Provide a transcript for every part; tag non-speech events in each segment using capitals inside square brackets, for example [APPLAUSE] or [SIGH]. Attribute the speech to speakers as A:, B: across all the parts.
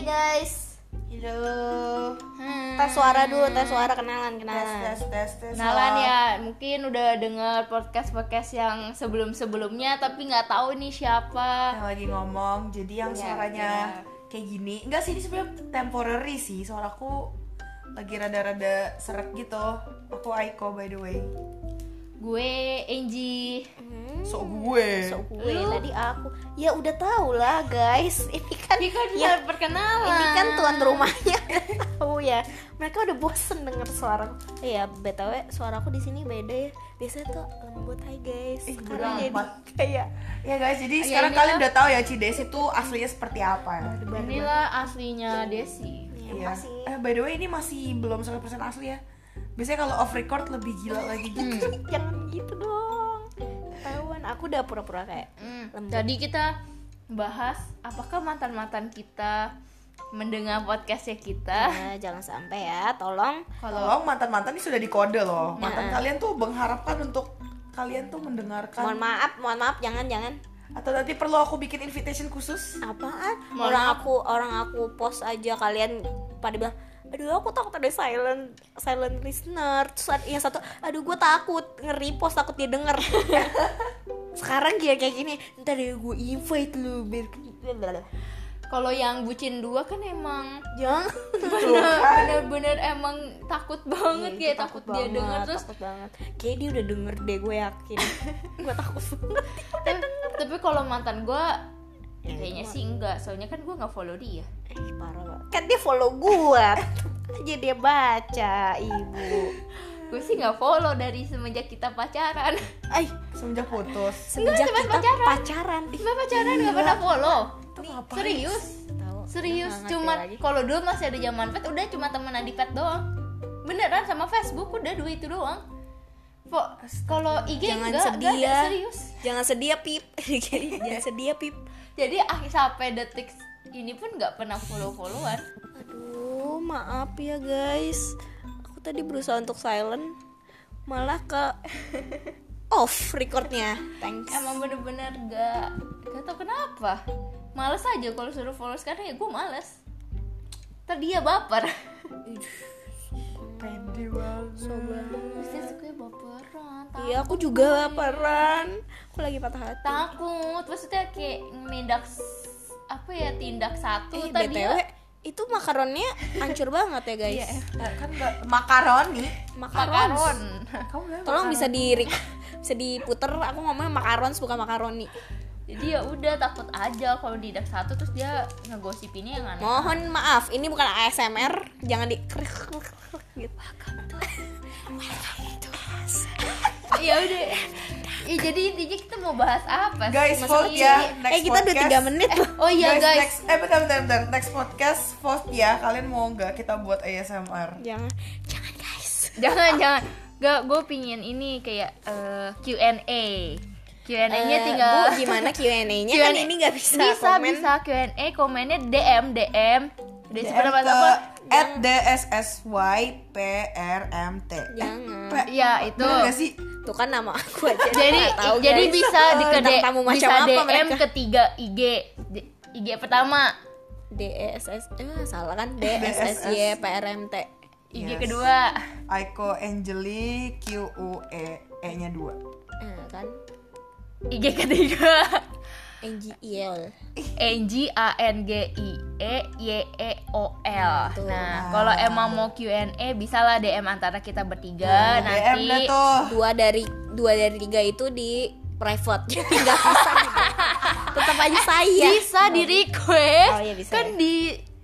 A: guys.
B: Halo.
A: Hmm. Tes suara dulu, tes suara kenalan,
B: Tes
A: kenalan.
B: tes tes tes.
C: Kenalan
B: Wah.
C: ya, mungkin udah dengar podcast-podcast yang sebelum-sebelumnya tapi nggak tahu nih siapa.
B: Yang lagi ngomong. Jadi yang
C: Iya,
B: suaranya kayak gini. Enggak sih ini sebenarnya temporary sih. Suaraku lagi rada-rada seret gitu. Aku Aiko by the way.
C: Gue Angie.
A: Hmm.
B: Sok gue.
A: Sok gue tadi aku. Ya udah tau lah guys. Ini kan
C: Ini kan
A: ya,
C: dia perkenalan.
A: ini kan tuan rumahnya [LAUGHS] udah tahu ya. Mereka udah bosen denger suara. Iya, btw suaraku di sini beda ya. Biasanya tuh lembut hai guys.
B: Ih, bodo
A: Sekarang jadi
B: amat.
A: kayak Iya,
B: Ya guys, jadi
C: Ya,
B: sekarang
C: inilah.
B: kalian udah tahu ya Cides itu aslinya seperti apa. Iya.
C: Inilah aslinya Desi.
A: Iya, masih.
B: Eh by the way ini masih belum 100% asli ya. Biasanya kalau off record lebih
A: Hmm.
B: gila lagi gitu.
A: [LAUGHS] Jangan gitu dong. Ketahuan aku udah pura-pura kayak
C: Hmm,
A: Lembut.
C: Tadi kita bahas apakah mantan-mantan kita mendengar podcastnya kita.
A: "Eh, jangan sampai ya, tolong.
C: Kalau Ya.
B: Tolong mantan-mantan ini sudah dikode loh. Mantan kalian tuh mengharapkan untuk kalian tuh mendengarkan
A: Mohon maaf, mohon maaf, jangan jangan.
B: atau nanti perlu aku bikin invitation khusus
A: Apaan?
C: Mohon
A: orang
C: maaf.
A: aku orang aku post aja kalian pada bilang, aduh aku takut ada silent silent listener. Terus ada yang satu, aduh gue takut ngeri post takut dia
C: [LAUGHS]
A: denger. Sekarang dia kayak gini, ntar deh gue invite lu biar
C: kalau yang bucin dua kan emang
A: jangan
C: bener-bener emang takut banget
A: Iya,
C: ya
A: itu
C: takut, dia
A: banget,
C: denger terus
A: takut banget. Kayak dia udah denger deh gue yakin.
C: [LAUGHS]
A: gue takut banget.
C: tapi, Eh, tapi kalau mantan gue kayaknya sih enggak soalnya kan gue nggak follow dia
A: Eh, parah banget. Kan dia follow gue. aja dia baca ibu.
C: gue sih nggak follow dari semenjak kita pacaran [LAUGHS]
A: Ay,
B: semenjak putus.
C: Enggak,
A: semenjak kita
C: cuman
A: pacaran.
C: pacaran.
A: Ih,
C: kita pacaran nggak pernah follow
B: Itu ngapain?
C: serius
A: tahu.
C: serius
A: Iya. Nggak ngerti
C: cuma
A: lagi.
C: kalau dulu masih ada zaman pet udah cuma temenan di pet doang beneran sama Facebook udah dua itu doang Po- kalau IG
A: jangan
C: enggak,
A: sedih
C: enggak ada,
A: ya.
C: serius
A: Jangan sedih ya, Pip. [LAUGHS] jangan sedih ya, Pip.
C: jadi ah, sampai detik ini pun nggak pernah follow followan
A: Aduh, maaf ya, guys. Aku tadi berusaha untuk silent malah ke off recordnya. Thanks.
C: emang bener-bener gak gak tau kenapa males aja kalau suruh follow sekarang ya gue males ntar dia baper
B: [LAUGHS] Pede banget.
A: So banget.
C: pasti gue baperan takut
A: Iya, aku juga peran. Aku lagi patah hati.
C: takut maksudnya kayak mindak s- apa ya tindak satu
A: Eh,
C: tadi
A: BTW, itu makaronnya hancur banget ya,
C: Iya.
A: guys.
B: Nah, kan nggak makaroni.
A: Makaron.
C: makaron
B: Kamu bilang
A: Tolong bisa di bisa diputer. Aku ngomongnya makarons bukan makaroni.
C: jadi ya udah takut aja kalau tindak satu terus dia ngegosipinnya yang aneh
A: Mohon maaf, ini bukan ASMR. Jangan di gitu.
C: ya
B: [LAUGHS]
C: udah ya jadi intinya kita mau bahas apa sih?
B: Guys,
C: Maksudnya
B: vote ya. Next
A: eh, kita udah
B: podcast.
A: 3 menit loh.
C: oh iya guys,
B: Next, eh bentar bentar bentar. Next podcast vote ya. Kalian mau nggak kita buat ASMR?
A: Jangan. Jangan, guys.
C: jangan jangan gak gue pingin ini kayak eh, Q&A Q&A-nya
A: Eh,
C: tinggal
A: Bu,
C: [LAUGHS]
A: gimana Q&A-nya? Kan ini nggak bisa,
C: bisa
A: komen.
C: bisa Q&A komennya DM DM dari
B: DM
C: seberapa
B: ke
C: apa
B: at DSSYPRMT. Eh,
A: Jangan.
B: P-
C: Iya, itu.
B: Bener nggak sih?
A: Tuh kan nama aku aja.
C: [LAUGHS] jadi
A: nggak tahu,
C: jadi
A: guys. [LAUGHS]
C: bisa di ke
A: Bintang
C: D-
A: tamu macam
C: bisa
A: apa
C: DM
A: mereka?
C: ketiga IG D- IG pertama
A: DSS eh, salah
C: [LAUGHS]
A: kan DSSYPRMT.
C: IG
B: Yes.
C: kedua
B: Aiko Angeli Q U E E nya dua.
A: Eh, kan
C: IG ketiga
A: NGIL.
C: N G A N G I E Y E O L.
A: Tuh.
C: Nah, kalau emang mau Q&A bisalah DM antara kita
A: Iya,
C: bertiga nanti.
B: DM dah tuh.
A: dua dari dua dari tiga itu di private [LAUGHS] jadi nggak bisa gitu.
C: [LAUGHS]
A: tetap aja saya
C: bisa di request
A: Iya. Oh, iya, bisa
C: kan
A: ya.
C: di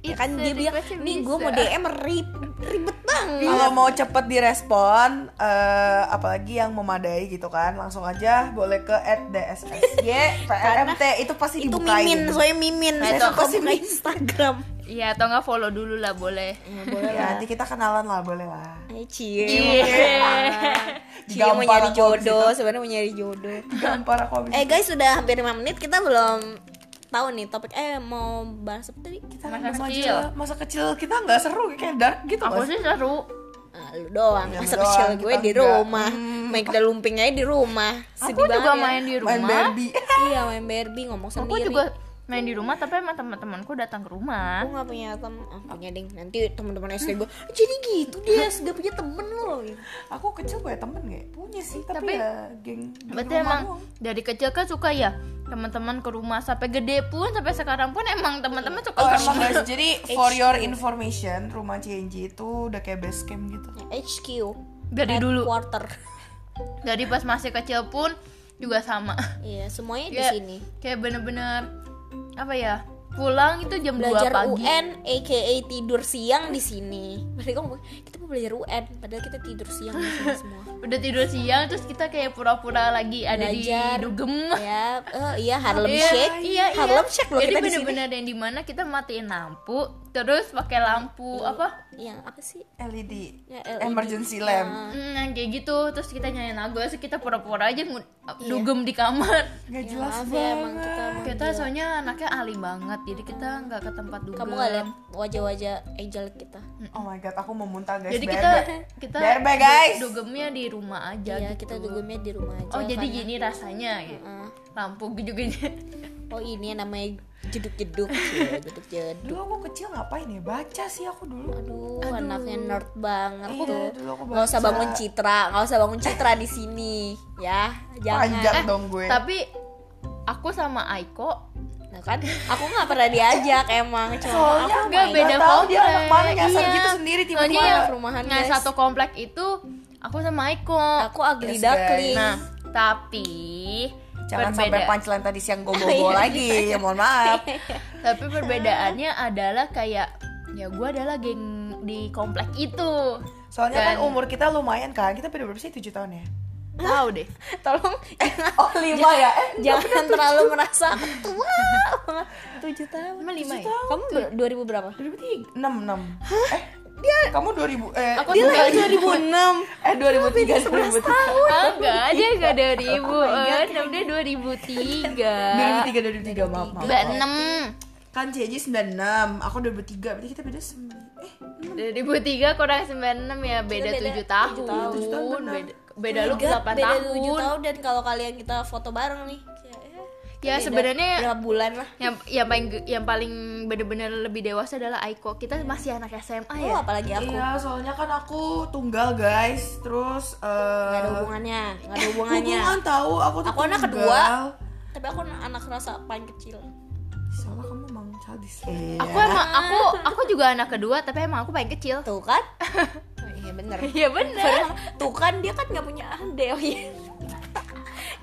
A: Ya kan
C: it's a
A: dia bilang
C: request-nya
A: nih gue
C: bisa."
A: mau DM rib- ribet banget
B: Kalau mau cepet direspon, eh, apalagi yang memadai gitu kan, langsung aja boleh ke
A: [LAUGHS]
B: @dssy PRMT itu pasti
A: itu
B: dibukain.
A: mimin soalnya mimin
C: Nah,
A: saya
C: itu
A: suka buka Instagram
C: iya atau nggak follow dulu lah boleh
A: boleh
B: Ya, nanti kita kenalan lah, boleh lah.
A: Ayo cie
C: Iya.
A: [LAUGHS] cie
B: Digampar
A: mau nyari
B: aku abis
A: jodoh sebenarnya mau nyari jodoh
B: Gampar aku abis
A: eh guys sudah hampir 5 menit kita belum tahu nih topik eh mau bahas apa tadi
B: kita
C: masa
B: masa
C: kecil.
B: kecil. masa kecil kita nggak seru kayak dark gitu
C: aku
B: Mas.
C: sih seru
A: Ah, lu doang
B: Iya, lu
A: masa
B: doang,
A: kecil gue
B: kita
A: di
B: enggak.
A: rumah main kuda lumping aja di rumah
C: Hmm. aku juga main di
B: main
C: rumah
B: Barbie
A: iya main Barbie ngomong
C: aku
A: ya. sendiri Oh.
C: juga main di rumah tapi emang teman-temanku datang ke rumah
A: Gue gak punya temen ah, punya ding Nanti teman-teman SD gue Jadi gitu dia Gak punya temen
B: [LAUGHS]
A: loh gitu.
B: Aku kecil punya temen gak? Punya sih, tapi,
C: Tapi-
B: ya geng di
C: berarti
B: rumah
C: emang
B: doang.
C: dari kecil kan suka ya teman-teman ke rumah sampai gede pun sampai sekarang pun emang teman-teman suka
B: Oh
C: ke
B: emang
C: rumah.
B: guys, jadi for your information, rumah CNG itu udah kayak base camp gitu
A: HQ
C: dari dulu
A: Quarter
C: dari pas masih kecil pun juga sama
A: Iya semuanya
C: [LAUGHS]
A: di
C: Kayak-
A: sini
C: kayak bener-bener apa ya pulang itu jam 2
A: Belajar
C: pagi
A: UN AKA tidur siang di sini Berarti gue ngomong, Kita mau belajar UN Padahal kita tidur siang di sini semua
C: udah tidur siang terus kita kayak pura-pura lagi ada
A: Belajar.
C: di dugem
A: Ya, eh, iya Harlem
C: Iya,
A: Shake,
C: iya, iya.
A: Harlem Shake loh
C: Jadi
A: kita di sini.
C: bener-bener yang dimana kita matiin lampu, terus pakai lampu apa?
A: Yang Iya, apa sih?
B: LED,
A: Ya, LED.
B: E emergency lamp
C: Hmm, yang kayak gitu, terus kita nyanyi lagu, terus kita pura-pura aja ngu-
B: Iya.
C: dugem di kamar.
B: Gak
A: Ya,
B: jelas
A: maaf ya, emang
B: banget
A: kita emang
C: Kita soalnya anaknya ahli banget, jadi kita nggak ke tempat dugem.
A: kamu gak lihat wajah-wajah angel kita.
B: Oh my god, aku mau muntah guys
C: Jadi
B: BRB.
C: kita kita
B: BRB, guys.
C: dugemnya di rumah aja
A: Iya,
C: gitu.
A: kita dugemnya di rumah aja.
C: Oh, jadi
A: karena-
C: gini rasanya gitu.
A: Heeh.
C: Lampu gitu-gitu.
A: Oh, ini yang namanya
C: [LAUGHS]
A: jeduk-jeduk. Cie, jeduk-jeduk.
B: Dulu aku kecil ngapain ya? Baca sih aku dulu
A: Aduh, anaknya nerd banget
B: Iya,
A: tuh.
B: dulu aku
A: Gak usah
B: baca.
A: bangun citra, gak usah bangun citra di sini, ya. Jangan.
B: Panjang dong gue
C: Tapi aku sama Aiko
A: Nah kan, aku gak pernah diajak emang. Cuma
B: Soalnya
C: Enggak
B: nggak
C: beda
B: tahu
C: komplek.
B: dia anak mana nyasar
C: Iya.
B: gitu sendiri tiba-tiba
C: Soalnya
A: anak
C: yang-
A: rumahan,
C: Nah,
A: guys.
C: satu komplek itu aku sama Aiko.
A: aku
B: Yes,
A: ugly
B: guys.
A: duckling.
C: Nah, tapi
B: Jangan sampai
C: perbeda-
B: punchline tadi siang gue bobo lagi Mohon maaf
C: tapi perbedaannya adalah kayak ya gue adalah geng di komplek itu.
B: Soalnya kan
C: Dan-
B: umur kita lumayan kan Kita beda berapa sih? 7 tahun ya?
C: Tahu deh.
A: Tolong jangan-
B: Oh 5 ya? Eh
A: jangan terlalu merasa tua banget. Tujuh tahun.
C: Emang lima ya?
A: Kamu ber- 2000 berapa?
B: 2003 6, 6 Eh dia Kamu 2000 eh,
C: Aku
B: dia
C: tuh
B: lahir
A: 2006
B: Eh 2003 2003
C: Ah, enggak, dia enggak 2000, dia 2003.
B: 2003 2003 maaf maaf
C: Mbak 6.
B: Kan Cici 96 Aku 2003 Berarti kita beda 9 Eh
C: 2003 kurang 96 ya beda,
A: beda
C: 7 tahun.
B: tujuh tahun, benar.
C: Beda, beda lu
A: Beda-
C: 8
A: Oh beda
C: tahun.
A: tujuh tahun dan kalau kalian kita foto bareng nih kayak, eh,
C: Ya,
A: beda
C: sebenarnya-
A: berapa bulan lah.
C: Yang yang paling yang paling bener-bener lebih dewasa adalah Aiko. Kita masih anak SMA
A: Oh,
C: ya.
A: apalagi aku.
B: Iya soalnya kan aku tunggal guys Terus
A: Gak ada
B: eh
A: hubungannya, gak ada hubungannya.
B: Hubungan tahu aku tuh
A: Aku anak
B: tunggal.
A: kedua. Tapi aku anak rasa paling kecil.
B: Salah kamu emang childish. Iya.
C: Aku emang aku aku juga anak kedua tapi emang aku paling kecil.
A: Tuh kan? Oh, Iya bener.
C: [LAUGHS] Iya bener.
A: Padahal, Tuh kan dia kan gak punya adek. Oh, iya. [LAUGHS]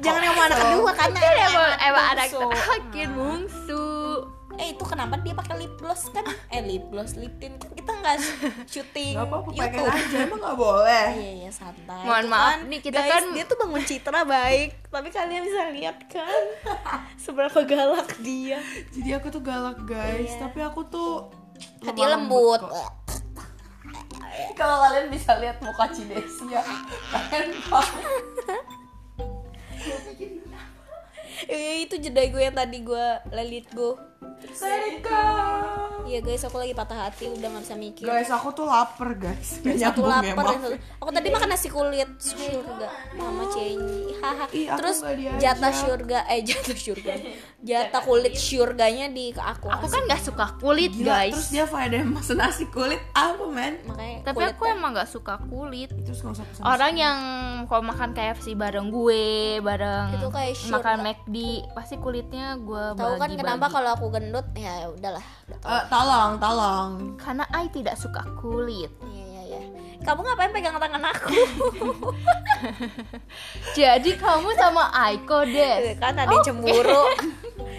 A: Jangan kamu anak kedua karena
C: Kan emang emang anak
A: bungsu.
C: terakhir
A: Hmm.
C: bungsu.
A: Eh itu kenapa dia pakai lip gloss kan? Eh lip gloss, lip tint kan kita nggak [LAUGHS] syuting
B: Gak apa-apa pakai
A: YouTube.
B: aja Iya, emang gak boleh.
A: Iya iya santai.
C: Mohon
A: Tuh
C: maaf nih, kita
A: guys,
C: kan-
A: dia tuh bangun citra baik, tapi kalian bisa lihat [LAUGHS] kan seberapa galak dia.
B: Jadi aku tuh galak guys, tapi aku tuh
A: Hati
B: lemah
A: lembut.
B: kok. Kalau kalian bisa lihat muka Cidesia, kalian paham.
A: Eh, itu jeda gue yang tadi gue lelit go.
B: Let it go.
A: Iya guys, aku lagi patah hati udah nggak bisa mikir.
B: Guys, aku tuh lapar guys. Gak
A: Satu
B: nyambung ya,
A: lapar,
B: maaf.
A: yang satu- aku tadi makan nasi kulit surga mama cengi haha
B: Ih, aku
A: terus
B: nggak diajak.
A: jatah surga eh jatah surga jatah kulit surganya di ke aku
C: Aku kan nggak suka kulit,
A: Iya,
B: Gila,
C: guys.
B: terus dia ada yang masuk nasi kulit apa men?
A: makanya
C: tapi
A: kulit ya?
C: aku emang nggak suka kulit.
B: Terus gak usah pesan.
C: Orang yang kalau makan KFC bareng gue, bareng
A: Itu kayak syurga.
C: makan McD, pasti kulitnya gue bagi
A: tahu kan kenapa kalau aku gendut ya udahlah
B: Eh, talang, talang.
C: Karena I tidak suka kulit.
A: iya iya iya kamu ngapain pegang tangan
B: [LAUGHS]
A: aku
C: Jadi kamu sama Aiko Des.
A: kan ada yang cemburu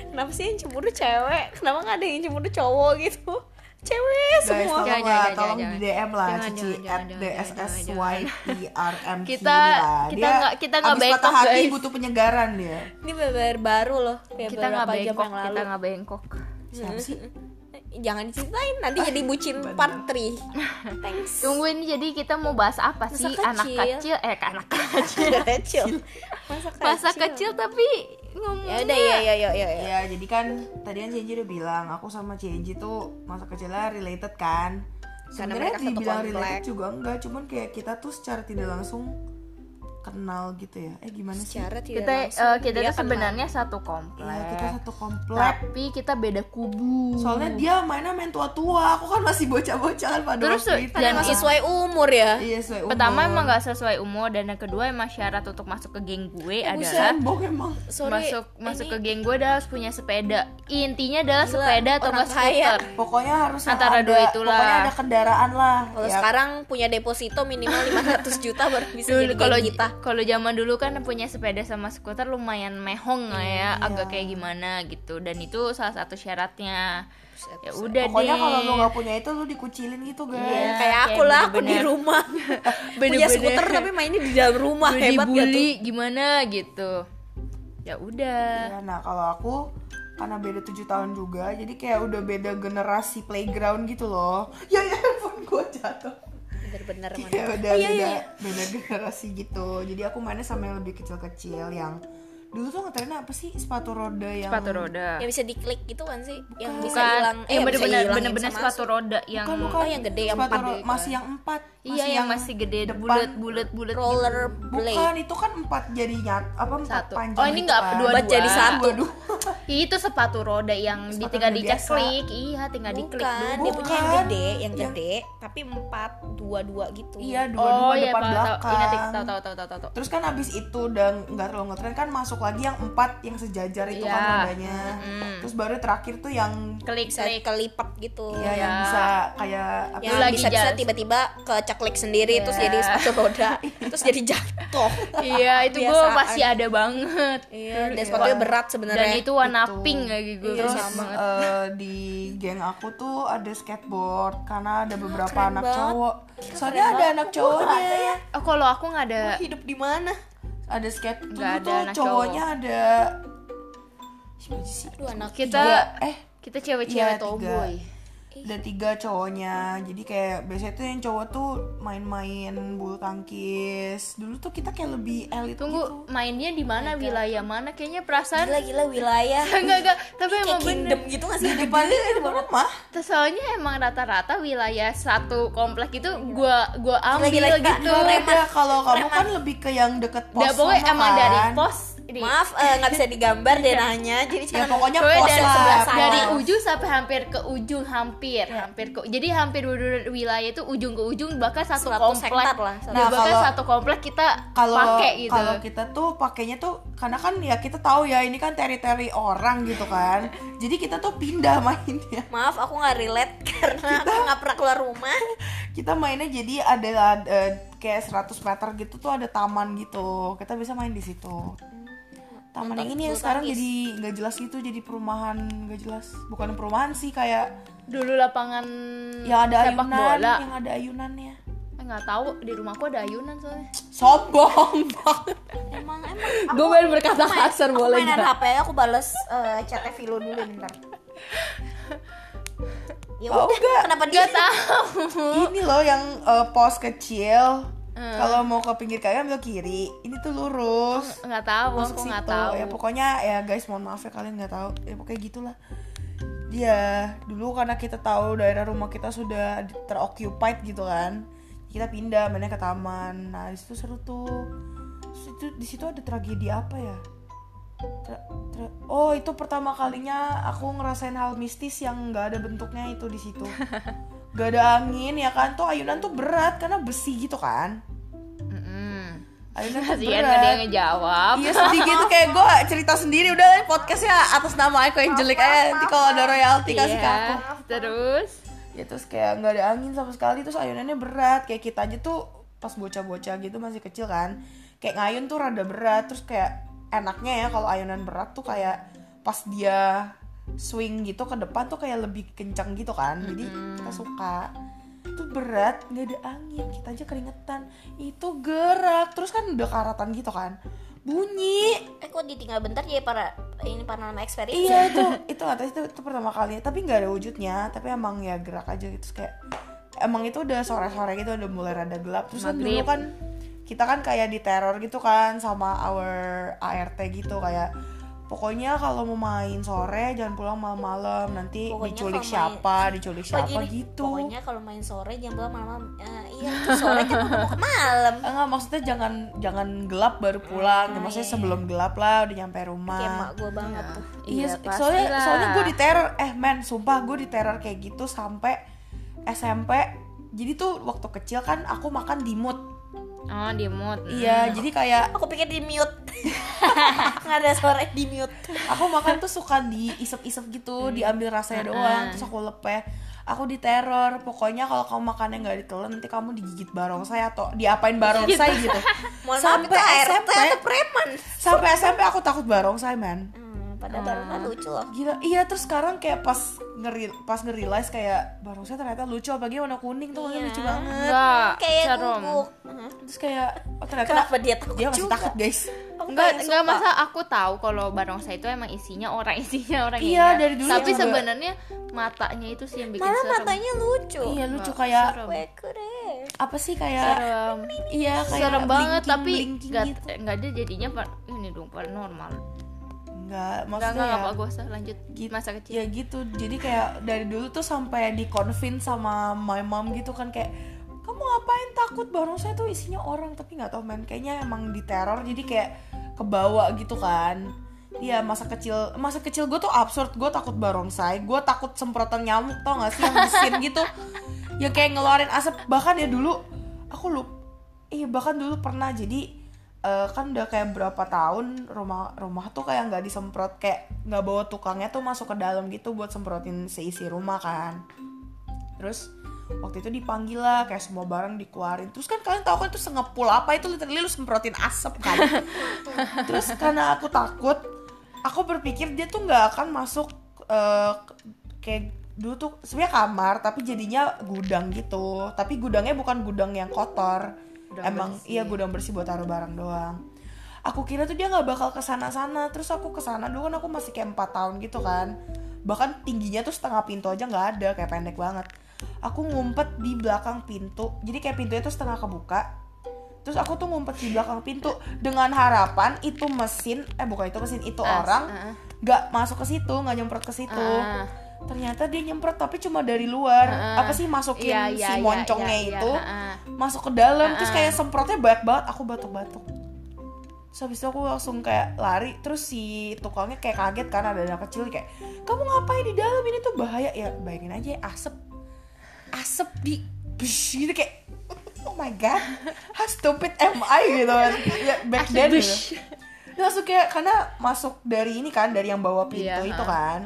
A: kenapa sih yang cemburu cewek kenapa nggak ada yang cemburu cowok gitu cewek
B: Guys,
A: semua
B: tolong
C: Jangan,
B: lah,
C: jangan,
B: tolong
C: jangan,
B: di DM lah
C: jangan.
B: Cici
C: Jangan, jangan,
B: at
C: jangan, [LAUGHS]
B: DSSYPRMQ
C: Kita-
B: lah.
C: kita
B: Dia
C: nggak- kita nggak
B: abis
C: bengkok,
B: patah hati
C: guys.
B: butuh penyegaran dia.
A: ini benar baru loh kayak
C: Kita nggak
A: beberapa jam
C: bengkok,
A: yang
C: kita
A: lalu Eh,
C: nggak bengkok.
B: Siapa
C: [LAUGHS]
B: sih?
A: jangan diceritain nanti jadi bucin part
C: [LAUGHS]
A: 3 thanks
C: Tungguin jadi kita mau bahas apa
A: Masa
C: sih anak
A: kecil.
C: kecil eh anak
A: [LAUGHS]
C: kecil.
A: Masa kecil masa kecil,
C: Masa kecil Iya. tapi ngomong.
A: ya udah ya ya ya ya, ya.
B: Ya, jadi kan tadi kan Cici udah bilang aku sama Cici tuh masa kecilnya related kan.
A: Karena
B: Sebenarnya
A: mereka satu
B: dibilang
A: komplek.
B: related juga enggak, cuman kayak kita tuh secara tidak langsung kenal gitu ya eh gimana sih
A: secara tidak
C: kita
A: Iya,
C: eh,
A: langsung kan?
C: kita
A: dia
C: tuh
A: kenal.
C: sebenarnya satu
B: Iya,
C: komplek
B: kita satu komplek
C: tapi kita beda kubu
B: soalnya dia mainnya main tua-tua aku kan masih bocah-bocah kan pada
C: Terus
B: waktu itu
A: Kan
C: dan
A: emang
C: itu-
A: sesuai umur ya
B: iya sesuai umur
C: pertama emang nggak sesuai umur dan yang kedua emang syarat untuk masuk ke geng gue adalah
B: sombong emang
A: sorry
C: masuk masuk ke geng gue adalah harus punya sepeda intinya adalah
A: Gila,
C: sepeda atau
A: orang
C: nggak
A: kaya.
C: skuter
B: pokoknya harus
C: Antara
B: ada,
C: dua itulah.
B: pokoknya ada kendaraan lah
A: kalau
B: ya,
A: sekarang punya deposito minimal 500 juta baru bisa
C: dulu
A: jadi gitu.
C: kalau
A: geng kita
C: kalau zaman dulu kan punya sepeda sama skuter lumayan mehong lah
A: Iya.
C: ya agak kayak gimana gitu dan itu salah satu syaratnya ya udah
B: pokoknya
C: deh
B: kalau lu nggak punya itu lu dikucilin gitu guys
A: Iya,
C: Iya,
A: kayak aku
C: kayak
A: lah aku di
C: bener-bener. [LAUGHS]
A: rumah punya
C: Bener-bener.
A: skuter tapi mainnya di dalam rumah
C: Gue
A: hebat gak tuh
C: dibully gimana gitu ya udah
B: Ya, nah kalau aku karena beda tujuh tahun juga, jadi kayak udah beda generasi playground gitu loh. Ya ya, handphone gue jatuh.
A: bener-bener mana
B: Ya
C: Iya,
B: udah beda, beda generasi gitu. Jadi aku mainnya sama yang lebih kecil-kecil yang dulu tuh ngetrennya apa sih sepatu roda yang
C: sepatu roda
A: yang bisa diklik gitu kan sih yang bisa
C: bukan
A: hilang
C: yang
A: bisa
C: bener-bener
A: hilang, yang
C: bener-bener
A: bisa
C: sepatu
A: masuk.
C: roda yang
B: Kan bukan, bukan.
A: Oh, yang gede, yang
B: Sepatu
A: empat
B: ro-
A: gitu.
B: masih yang empat.
C: iya yang, masih gede
B: depan.
C: bulat bulat bulat
A: roller blade
B: Bukan itu kan empat jadi nyat apa empat
C: Satu.
B: panjang.
C: Oh, ini
B: gitu
C: nggak
B: kan.
C: dua-dua.
A: Buat jadi satu.
B: Dua-dua.
C: itu sepatu roda yang
B: Sepatu
C: di tinggal
B: roda biasa.
C: diceklik iya tinggal diklik
A: bukan
C: dulu
A: Nah, dia punya yang
B: Bukan.
A: gede yang
B: Yang-
A: gede tapi empat dua dua gitu
B: [LAUGHS] Iya dua-dua
C: oh Iya. iya
B: depan
C: tahu
B: belakang.
C: tahu ingat tahu tahu tahu tahu tahu
B: Terus kan abis itu udah nggak terlalu ngetren kan masuk lagi yang empat yang sejajar itu kan
C: Iya.
B: rodanya.
C: Mm-mm.
B: Terus baru terakhir tuh yang
C: klik
A: bisa
C: klik
A: kelipat gitu
B: iya yang
C: Iya.
B: bisa kayak apa? ya,
A: yang
C: Lu lagi
A: bisa bisa
C: jalan.
A: tiba-tiba keceklik sendiri terus jadi sepatu
C: [LAUGHS]
A: roda terus jadi jatuh
C: iya itu gue
A: Kebiasaan.
C: pasti ada banget
A: iya dan sepatunya berat
C: dan
A: sebenarnya
C: itu warna
B: Gitu.
C: pink lagi gue
B: Terus
C: sama banget [LAUGHS]
B: eh, di geng aku tuh ada skateboard karena
C: Ah,
B: ada beberapa
A: keren
B: anak
A: banget.
B: cowok. Soalnya ada anak cowoknya.
C: oh, kalau aku nggak ada
B: iya,
A: hidup di mana
B: Ada skate dulu
C: Nggak ada
B: tuh
C: anak
B: cowoknya ada
A: aduh anak
C: kita
B: tiga eh
C: kita cewek-cewek
B: Iya,
C: tomboy
B: ada tiga cowoknya jadi kayak biasanya tuh yang cowok tuh main-main bulu tangkis dulu tuh kita kayak lebih elit gitu.
C: tunggu mainnya di mana wilayah mana kayaknya perasaan
A: gila gila
C: [LAUGHS]
A: wilayah
C: enggak enggak tapi
A: kayak
C: emang bener
A: kingdom gitu nggak sih
B: gitu.
C: [LAUGHS]
B: depannya di rumah
C: Terus soalnya emang rata-rata wilayah satu komplek itu gua gua ambil
A: Gila-gila, Kak.
C: gitu
A: Gila,
B: beda kalau kamu kan lebih ke yang deket pos
C: Nah, pokoknya
B: sana
C: emang
B: kan.
C: dari pos di
A: maaf eh, nggak bisa digambar deh nanya jadi
B: ya
A: jangan
B: pokoknya
C: Iya. Pokoknya
B: pos
C: dari,
B: lah
A: sebelah
B: pos.
A: sana.
C: dari ujung sampai hampir ke ujung hampir
A: Ya.
C: hampir ke jadi hampir bener-bener wilayah itu ujung ke ujung bahkan satu
A: Suatu
C: komplek
A: sektor lah, satu-
C: Nah, bahkan
B: kalau-
C: satu komplek kita
B: kalau
C: pakai gitu
B: kalau kita tuh pakainya tuh karena kan ya kita tahu ya ini kan teritori orang gitu kan jadi kita tuh pindah [LAUGHS] mainnya
A: maaf aku nggak relate [LAUGHS] karena aku nggak pernah keluar rumah
B: kita mainnya jadi ada, ada kayak 100 meter gitu tuh ada taman gitu kita bisa main di situ taman yang ini yang
A: bulu
B: sekarang
A: tangkis.
B: jadi nggak jelas gitu jadi perumahan nggak jelas bukan perumahan sih kayak
C: dulu lapangan
B: yang Ya, ada
C: sepak
B: ayunan
C: bola
B: yang ada ayunannya
C: Eh, nggak tahu di rumahku ada ayunan soalnya
B: sombong banget
A: emang emang
C: gue baru berkata kasar
A: aku mainan HP aku balas eh, chatnya Vilo dulu bentar ya
B: Tahu
A: udah
B: nggak?
A: kenapa dia
C: nggak tahu
B: ini loh yang eh, pos kecil
C: Hmm.
B: kalau mau ke pinggir kanan belok kiri ini tuh lurus
C: nggak tahu aku
B: Masuk
C: nggak
B: situ.
C: tahu
B: ya pokoknya ya guys mohon maaf ya kalian nggak tahu ya pokoknya gitulah dia dulu karena kita tahu daerah rumah kita sudah di- teroccupied gitu kan kita pindah mainnya ke taman nah di situ seru tuh Terus itu- di situ ada tragedi apa ya Tra- tra- oh itu pertama kalinya aku ngerasain hal mistis yang nggak ada bentuknya itu di
C: [LAUGHS]
B: situ nggak ada angin ya kan tuh ayunan tuh berat karena besi gitu kan
C: Mm-mm.
B: ayunan tuh
C: kasihan nggak ada yang
B: berat
C: ngejawab
B: Iya sedih gitu kayak gue cerita sendiri udah lah, podcastnya atas nama aku yang jelek aja nanti kalau ada royalti kasih ke
C: Iya.
B: aku.
C: terus
B: Ya terus kayak nggak ada angin sama sekali terus ayunannya berat kayak kita aja tuh pas bocah-bocah gitu masih kecil kan kayak ngayun tuh rada berat terus kayak enaknya ya kalau ayunan berat tuh kayak pas dia swing gitu ke depan tuh kayak lebih kencang gitu kan jadi kita suka itu berat nggak ada angin kita aja keringetan itu gerak terus kan udah karatan gitu kan bunyi
A: eh kok ditinggal bentar jadi para ini paranormal experience [LAUGHS]
B: iya itu itu nggak tahu, itu itu pertama kali tapi nggak ada wujudnya tapi emang ya gerak aja gitu Terus kayak emang itu udah sore-sore gitu udah mulai rada gelap terus kan dulu
C: Maghrib.
B: kan kita kan kayak diteror gitu kan sama our ART gitu kayak pokoknya kalau mau main sore jangan pulang malam-malam nanti
A: Pokoknya
B: diculik
A: kalau
B: siapa diculik siapa
A: Pokoknya-
B: gitu
A: Pokoknya kalau main sore jam pulang malam-malam. Eh, iya, sore kan mau ke malam.
B: Ah, Enggak maksudnya jangan jangan gelap baru pulang
A: Nah,
B: Ya,
A: iya.
B: maksudnya sebelum gelap lah udah nyampe rumah
A: Kayak mak gue banget
B: Ah,
A: tuh.
B: Iya, so-
C: pasti
B: soalnya
C: lah.
B: soalnya gue diteror. Eh, men, sumpah gue diteror kayak gitu sampai SMP. Jadi tuh waktu kecil kan aku makan dimut.
C: Oh, di mood.
B: Iya, jadi kayak
A: Aku pikir di mute. [LAUGHS] Nggak ada sore di mute.
B: aku makan tuh suka diisep-isep gitu, diambil rasanya doang, terus aku lepeh. Aku diteror. Pokoknya kalau kamu makannya nggak ditelan nanti kamu digigit barongsai atau diapain barongsai gitu.
A: Mohon maaf itu
B: sampai
A: ART
B: SMP,
A: atau preman.
B: sampai SMP aku takut barongsai, men.
A: Hmm, padahal baru kan lucu loh.
B: Gila, iya terus sekarang kayak pas ngeri pas ngerealize kayak barongsai ternyata lucu apalagi warna kuning tuh warna
A: Iya.
B: lucu banget.
C: Enggak,
A: Kayak
C: bisa, Rom.
A: guguk. Hah?
B: terus kayak oh ternyata
A: Kenapa dia takut
B: dia masih
A: juga?
B: takut guys
A: Aku
C: Enggak,
A: pengen
C: enggak
A: suka.
C: masa aku tahu kalau barongsai itu emang isinya orang isinya orang
B: Iya,
C: ininya.
B: dari dulu
C: Tapi
B: juga.
C: sebenarnya matanya itu sih yang bikin
A: Malah
C: serem.
A: matanya lucu.
B: iya lucu
C: Enggak,
B: kayak
C: serem.
A: Weku deh.
B: apa sih kayak
C: Serem.
B: iya kayak
C: Serem banget tapi
B: blingking,
C: enggak
B: gitu.
C: enggak ada jadinya par- ini dong paranormal.
B: enggak
C: Enggak
B: maksudnya
C: enggak
B: ya,
C: apa gua usah lanjut
B: gitu-
C: masa kecil.
B: ya gitu jadi kayak dari dulu tuh sampai di convince sama my mom gitu kan kayak kamu ngapain takut barongsai tuh isinya orang tapi nggak tahu men kayaknya emang diteror jadi kayak kebawa gitu kan Iya masa kecil masa kecil gue tuh absurd gue takut barongsai gue takut semprotan nyamuk tau gak sih yang mesin gitu ya kayak ngeluarin asap bahkan ya dulu aku lup iya bahkan dulu pernah jadi eh, kan udah kayak berapa tahun rumah rumah tuh kayak nggak disemprot kayak nggak bawa tukangnya tuh masuk ke dalam gitu buat semprotin seisi rumah kan terus waktu itu dipanggil lah kayak semua barang dikeluarin terus kan kalian tahu kan itu sengepul apa itu literally lu semprotin asap kan terus karena aku takut aku berpikir dia tuh nggak akan masuk eh, ke- kayak dulu tuh sebenarnya kamar tapi jadinya gudang gitu tapi gudangnya bukan gudang yang kotor
C: Gudang
B: emang
C: bersih.
B: iya gudang bersih buat taruh barang doang aku kira tuh dia nggak bakal kesana sana terus aku kesana dulu kan aku masih kayak empat tahun gitu kan bahkan tingginya tuh setengah pintu aja nggak ada kayak pendek banget aku ngumpet di belakang pintu jadi kayak pintunya tuh setengah kebuka terus aku tuh ngumpet di belakang pintu dengan harapan itu mesin eh bukan itu mesin itu
C: Ah,
B: orang
C: ah.
B: nggak masuk ke situ nggak nyemprot ke situ
C: Ah.
B: ternyata dia nyemprot tapi cuma dari luar
C: Ah.
B: apa sih masukin
C: Iya, iya,
B: si
C: iya,
B: moncongnya
C: iya, iya,
B: itu
C: ah.
B: masuk ke dalam terus kayak semprotnya banyak banget aku batuk-batuk Terus habis itu aku langsung kayak lari Terus si tukangnya kayak kaget kan ada anak kecil kayak Kamu ngapain di dalam ini tuh bahaya Ya bayangin aja ya, asap Asap di Bish, gitu kayak Oh my god How stupid am I gitu kan ya, Back
C: Asap
B: then
C: bish.
B: gitu Langsung kayak karena masuk dari ini kan Dari yang bawa pintu
C: Iya,
B: itu
C: ha.
B: kan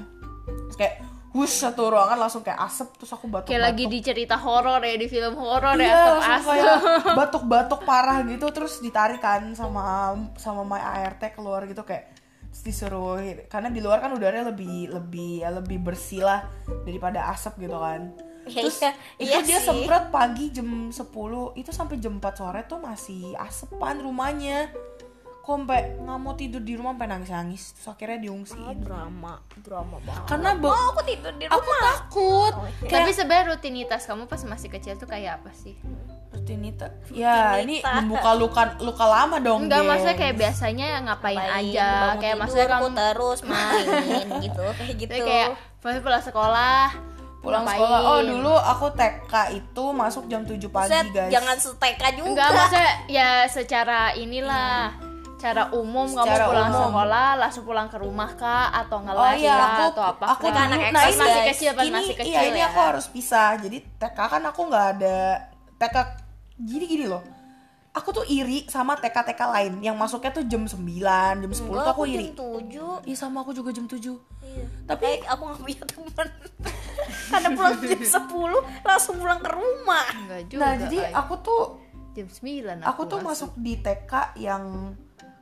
B: Terus kayak Wush satu ruangan langsung kayak asap Terus aku batuk-batuk
C: Kayak lagi di cerita horor ya, di film horor ya,
B: Iya,
C: asap
B: langsung
C: asap.
A: [LAUGHS]
B: kayak batuk-batuk parah gitu terus ditarikan sama sama my ART keluar gitu kayak terus disuruh karena di luar kan udaranya lebih lebih ya lebih bersih lah daripada asap gitu kan.
A: Ya,
B: Terus
A: iya,
B: itu
A: iya
B: dia
A: sih.
B: semprot pagi jam 10 itu sampai jam 4 sore tuh masih asepan rumahnya. Kompe nggak mau tidur di rumah sampai nangis-nangis terus akhirnya diungsiin.
A: Iya, Drama, drama banget.
B: Karena
A: Oh,
B: ba-
A: aku tidur di rumah.
B: Kan- aku takut.
A: Oh, iya.
C: [LAUGHS] Tapi sebenarnya rutinitas kamu pas masih kecil tuh kayak apa sih?
B: Rutinitas. Ya, ini
A: Rutinitas.
B: membuka luka luka lama dong.
C: Enggak,
B: geng.
C: maksudnya kayak biasanya ngapain, aja,
A: bangun
C: kayak
A: tidur,
C: maksudnya
A: aku
C: kamu
A: terus main [LAUGHS] gitu kayak gitu
C: Tapi kayak pasti pulang sekolah,
B: pulang
C: ngapain?
B: sekolah oh dulu aku TK itu masuk jam 7 pagi
A: Buset,
B: guys
A: jangan seteka juga
C: Enggak, maksudnya ya secara inilah cara umum
B: Iya. Secara
C: kamu pulang
B: umum.
C: sekolah langsung pulang ke rumah kah atau nggak
B: oh
C: lari
B: iya
C: kah,
B: aku
C: atau apa
B: aku
A: Mereka
B: dulu-
A: anak
B: nah
A: eksis,
B: ini
C: masih
A: guys.
C: kecil pas
B: ini
C: masih kecil
B: iya ini
C: ya
B: aku harus pisah jadi TK kan aku nggak ada TK jadi gini loh aku tuh iri sama TK-TK lain yang masuknya tuh jam 9 jam 10
A: Enggak,
B: tuh aku
A: jam
B: iri
A: tujuh
B: iya sama aku juga jam 7
C: Nah,
A: Iya.
B: Tapi-
A: Kayak aku gak punya temen [LAUGHS] Karena pulang jam 10 Langsung pulang ke rumah
C: Enggak juga
B: nah jadi
C: Ay.
B: aku tuh
C: jam 9
B: aku tuh masuk di TK yang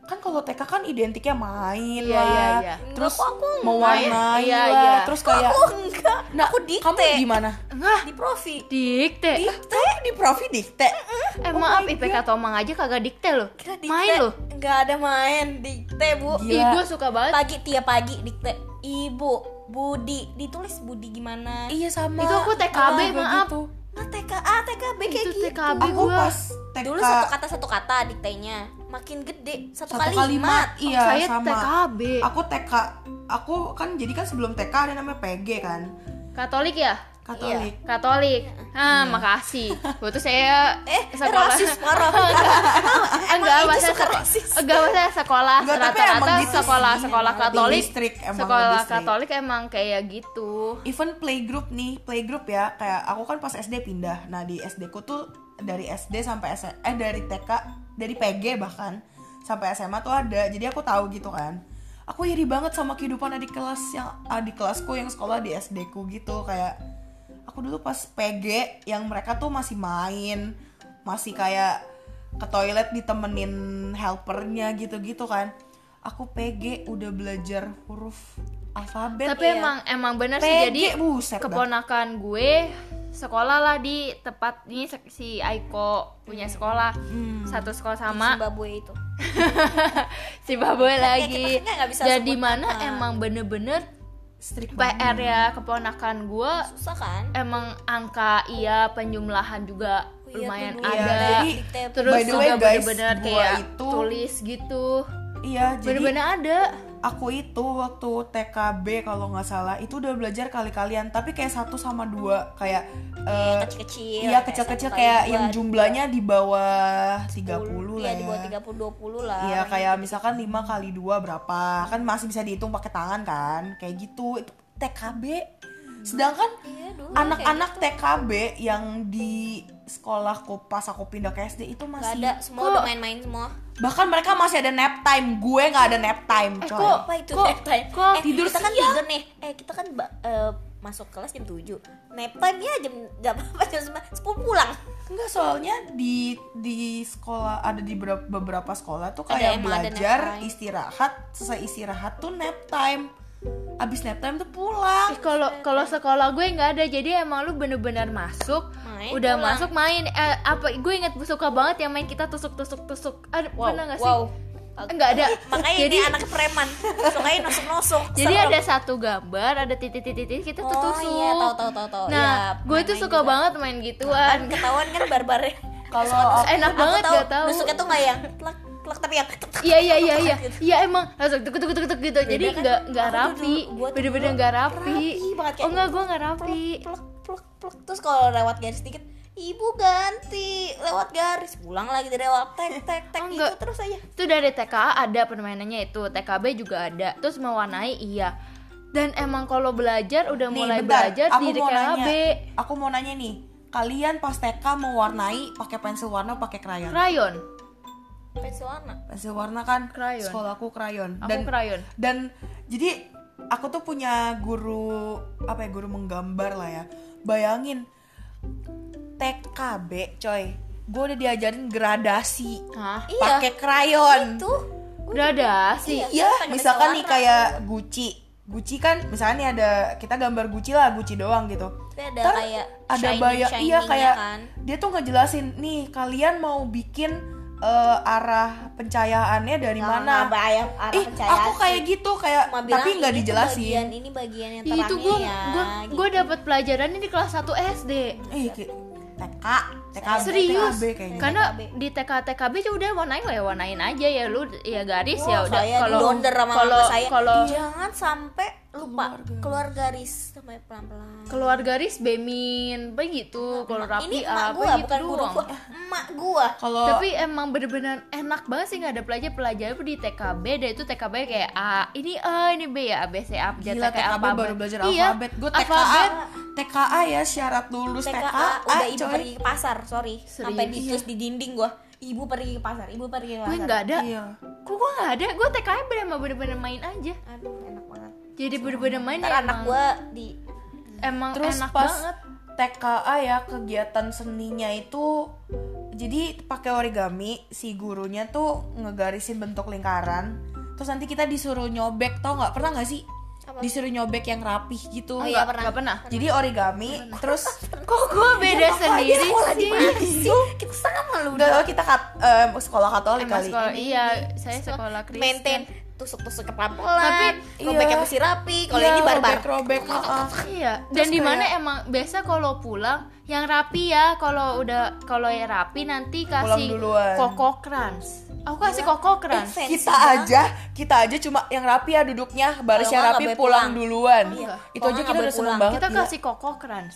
B: kan kalau TK kan identiknya main
C: Iya,
B: lah,
C: iya, iya.
B: terus
A: Enggak, kok aku
B: mewarnai
C: Iya,
B: lah,
C: iya.
B: terus
A: Kok
B: kayak Nah,
A: aku enggak Aku dikte
B: kamu gimana?
C: enggak
A: Di profi
C: dikte
B: Dikte? di profi dikte?
C: eh
B: Oh
C: maaf IPK Tomang aja kagak dikte loh
A: Kita dikte
C: main loh
A: Enggak ada main Dikte bu
B: Gila.
C: Ih, gue suka banget
A: Pagi tiap pagi dikte Ibu Budi Ditulis Budi gimana
B: Iya sama.
C: Itu aku TKB,
B: Sama kayak
C: maaf.
B: gitu.
A: Nah TKA TKB kayak
C: itu
A: gitu
C: TKB
B: Aku
C: gue
B: pas TK
A: Dulu satu kata satu kata diktenya makin gede satu,
B: satu kalimat,
A: kalimat.
B: iya
D: saya
B: sama
D: TKB
B: aku TK aku kan jadi kan sebelum TK ada namanya PG kan
C: Katolik ya?
B: Katolik
C: Katolik.
B: Iya.
C: Ah,
B: [LAUGHS]
C: makasih. Waktu saya
A: Eh,
C: sekolah
A: rasis parah.
C: [LAUGHS] enggak
A: Emang itu
C: bahasa
A: suka
C: seko-
A: rasis?
C: enggak bahasa sekolah
B: Enggak, tapi emang
C: rata-rata
B: gitu sih.
C: sekolah sekolah
B: Di
C: Katolik
B: distrik, emang di
C: sekolah
B: distrik.
C: Katolik emang kayak gitu
B: even playgroup nih playgroup ya kayak aku kan pas SD pindah nah di SD ku tuh dari SD sampai S eh dari TK dari PG bahkan sampai SMA tuh ada jadi aku tahu gitu kan aku iri banget sama kehidupan adik kelas yang adik kelasku yang sekolah di SD ku gitu kayak aku dulu pas PG yang mereka tuh masih main masih kayak ke toilet ditemenin helpernya gitu-gitu kan aku PG udah belajar huruf alfabet
C: tapi
B: ya.
C: emang emang bener sih
B: PG,
C: jadi
B: buset dah.
C: keponakan gue sekolah lah di tempat ini se- si Aiko punya sekolah
B: Hmm.
C: satu sekolah sama
A: Zimbabwe itu.
C: [LAUGHS] si Baboy lagi
A: kita- kita nggak bisa
C: jadi
A: sebut
C: mana
A: nama.
C: emang bener-bener
B: Strik banget.
C: PR ya keponakan gue
A: Susah kan?
C: emang angka iya penjumlahan juga
A: Oh iya,
C: lumayan
A: dulu
C: ada
A: ya,
B: Jadi,
A: dikte-
C: terus
B: By the way,
C: juga
B: guys,
C: bener-bener
B: gua
C: kayak
B: itu-
C: tulis gitu
B: Iya, jadi
C: bener-bener ada
B: aku itu waktu TKB kalau nggak salah itu udah belajar kali-kalian, tapi kayak satu sama dua kayak eh,
A: kecil-kecil.
B: iya
A: kayak
B: kecil-kecil
A: satu
B: kayak
A: kali
B: yang
A: dua,
B: jumlahnya di bawah 30
A: sepuluh.
B: lah
A: Iya, di bawah
B: ya.
A: 30 20 lah.
B: Iya kayak misalkan 5 kali 2 berapa Kan masih bisa dihitung pakai tangan kan Kayak gitu Itu TKB Sedangkan
A: Iya, dulu
B: anak-anak TKB yang di sekolahku pas aku pindah ke SD itu
A: Gak
B: masih
A: ada semua
C: Kok-
A: udah main-main semua.
B: Bahkan mereka masih ada nap time Gue nggak ada nap time coy.
C: kok-
A: Apa itu
C: kok-
A: nap time?
C: kok
A: eh,
C: tidur
A: kita kan tidur nih. Eh, kita kan ba- eh, masuk kelas jam 7. Nap time ya jam enggak apa-apa jam 10 pulang.
B: Enggak soalnya di di sekolah ada di beberapa, beberapa sekolah tuh
A: Ada
B: kayak
A: emang ada nap
B: belajar
A: time.
B: istirahat selesai istirahat tuh nap time abis nap time tuh pulang
C: Eh, kalau kalau sekolah gue nggak ada jadi emang lu bener-bener masuk
A: Main,
C: udah
A: pulang.
C: masuk main eh, apa gue inget suka banget yang main kita tusuk tusuk tusuk ada pernah nggak sih
A: wow.
C: nggak ada
A: Makanya
C: jadi
A: ini anak preman. Sukain nosok-nosok.
C: [LAUGHS] jadi
A: Serem.
C: ada satu gambar ada titik-titik kita
A: Oh,
C: tusuk
A: iya, tahu, tahu, tahu, tahu.
C: nah
A: Iya,
C: gue tuh
A: main-main
C: suka
A: juga.
C: banget main gituan [LAUGHS]
A: kan ketahuan kan barbarnya.
B: kalau
C: enak Ah, banget
A: tahu,
C: gak tahu
A: Nusuknya tuh nggak yang telak telak tapi yang tek, tek,
C: Iya iya iya
A: tek,
C: iya.
A: gitu.
C: Iya emang langsung tuk tuk tuk tuk gitu. Jadi
A: kan?
C: nggak nggak
A: Aku
C: rapi.
A: dulu- gua tuh
C: Bener-bener
A: dulu
C: nggak rapi.
A: rapi banget, kayak gitu.
C: Oh enggak gua nggak rapi.
A: plek plek plek terus kalau lewat garis dikit ibu ganti lewat garis pulang lagi dari lewat tek tek tek
C: Oh,
A: gitu
C: enggak.
A: terus aja
C: Itu dari TKA ada permainannya itu, TKB juga ada. Terus mewarnai iya. Dan emang kalau belajar udah
B: Nih,
C: mulai
B: bentar.
C: belajar
B: aku
C: di TKB
B: mau nanya aku mau nanya nih kalian pas TK mewarnai pakai pensil warna pakai krayon
C: krayon.
A: pensil warna
B: pensil warna kan
C: Krayon.
B: sekolahku krayon
C: Aku krayon.
B: dan jadi aku tuh punya guru apa ya guru menggambar lah ya bayangin TKB coy gue udah diajarin gradasi
C: Hah?
A: Iya.
B: pakai krayon
A: itu
C: Udah ada sih.
A: Iya.
B: iya
A: pakai
B: misalkan
A: pensil
B: nih
A: warna.
B: kayak Gucci Gucci kan misalnya nih ada kita gambar Gucci lah Gucci doang gitu
A: Tapi ada
B: Ntar
A: kayak
B: ada
A: shining-
B: bayang iya
A: shiningnya
B: kayak
A: kan.
B: dia tuh ngejelasin nih kalian mau bikin eh, arah pencahayaannya dari
A: Nah,
B: mana
A: bayang arah
B: Ih,
A: pencahayaan
B: Eh, aku kayak
A: sih.
B: gitu kayak
A: Cuma bilang,
B: tapi nggak
A: "Ini tuh bagian,
B: dijelasin.
A: ini bagian yang terangnya
C: Itu gua
A: ya
C: gua gua dapat pelajaran ini di kelas 1 SD.
B: Ih, Eh, kayak TK, TKB,
C: Serius?
B: TKB kayaknya.
A: Kan
C: Karena
A: TKB.
C: di TK TKB ya udah warnain lah ya warnain aja ya lu ya garis ya udah
A: saya
C: kalau
A: didonder sama
C: kalau
A: mama saya Iya.
C: kalau
A: jangan sampai lupa keluar garis sampai pelan-pelan
C: keluar garis bemin begitu kalau rapi
A: ini emak
C: apa
A: gua
C: gitu
A: bukan guru
C: doang.
A: gua emak gua
B: Kalau
C: tapi emang bener-bener enak banget sih nggak ada pelajar pelajar di TKB dan itu TKB kayak A ini A ini B ya A B C A B
B: gila TKB baru belajar
A: Iya.
C: Iya.
B: alfabet. Gue TKA,
C: alfabet
B: TKA ya syarat lulus TKA,
A: TKA udah ibu
B: coy.
A: pergi ke pasar sorry
C: Serius?
A: sampai dicus di dinding gua ibu pergi ke pasar ibu pergi ke pasar
C: gue nggak ada
B: Iya.
C: kok gue nggak ada gue TKB emang bener-bener main aja
A: aduh enak banget
C: jadi bener-bener main
A: ntar
C: ya
A: anak
C: emang-
A: gua di
C: emang
B: Terus
C: enak
B: pas
C: banget
B: TKA ya kegiatan seninya itu jadi pakai origami si gurunya tuh ngegarisin bentuk lingkaran. Terus nanti kita disuruh nyobek tau nggak? Pernah nggak sih?
A: Apa?
B: Disuruh nyobek yang rapih gitu.
A: Oh,
C: Nggak-
A: iya, pernah.
C: nggak pernah
B: Jadi
A: Iya,
B: origami
A: [LAUGHS]
B: terus
C: kok gue beda sendiri sih
A: sih kita sama lu
B: udah oh, kita kat, em, sekolah Katolik
C: Emang
B: kali.
C: sekolah, iya saya sekolah Kristen
A: maintain tusuk-tusuk ke
C: Tapi,
A: pelan-pelan
B: iya.
A: robeknya mesti rapi kalau
B: Iya,
A: ini barbar
B: Robek, robek. ah, ah.
C: Iya,
B: Terus
C: dan di mana
B: kayak-
C: emang biasa kalau pulang yang rapi ya, kalau udah kalau yang rapi nanti kasih
B: duluan.
C: koko krans. Aku kasih koko keren.
A: Fancy
B: kita
A: banget.
B: aja kita aja cuma yang rapi ya duduknya barisnya
A: nggak
B: rapi
A: boleh
B: pulang,
A: pulang.
B: duluan
A: Iya.
B: itu aja
A: Kalau nggak
B: kita
A: boleh
B: udah seneng
A: pulang.
B: banget iya.
C: Kita
B: gila.
C: kasih koko keren.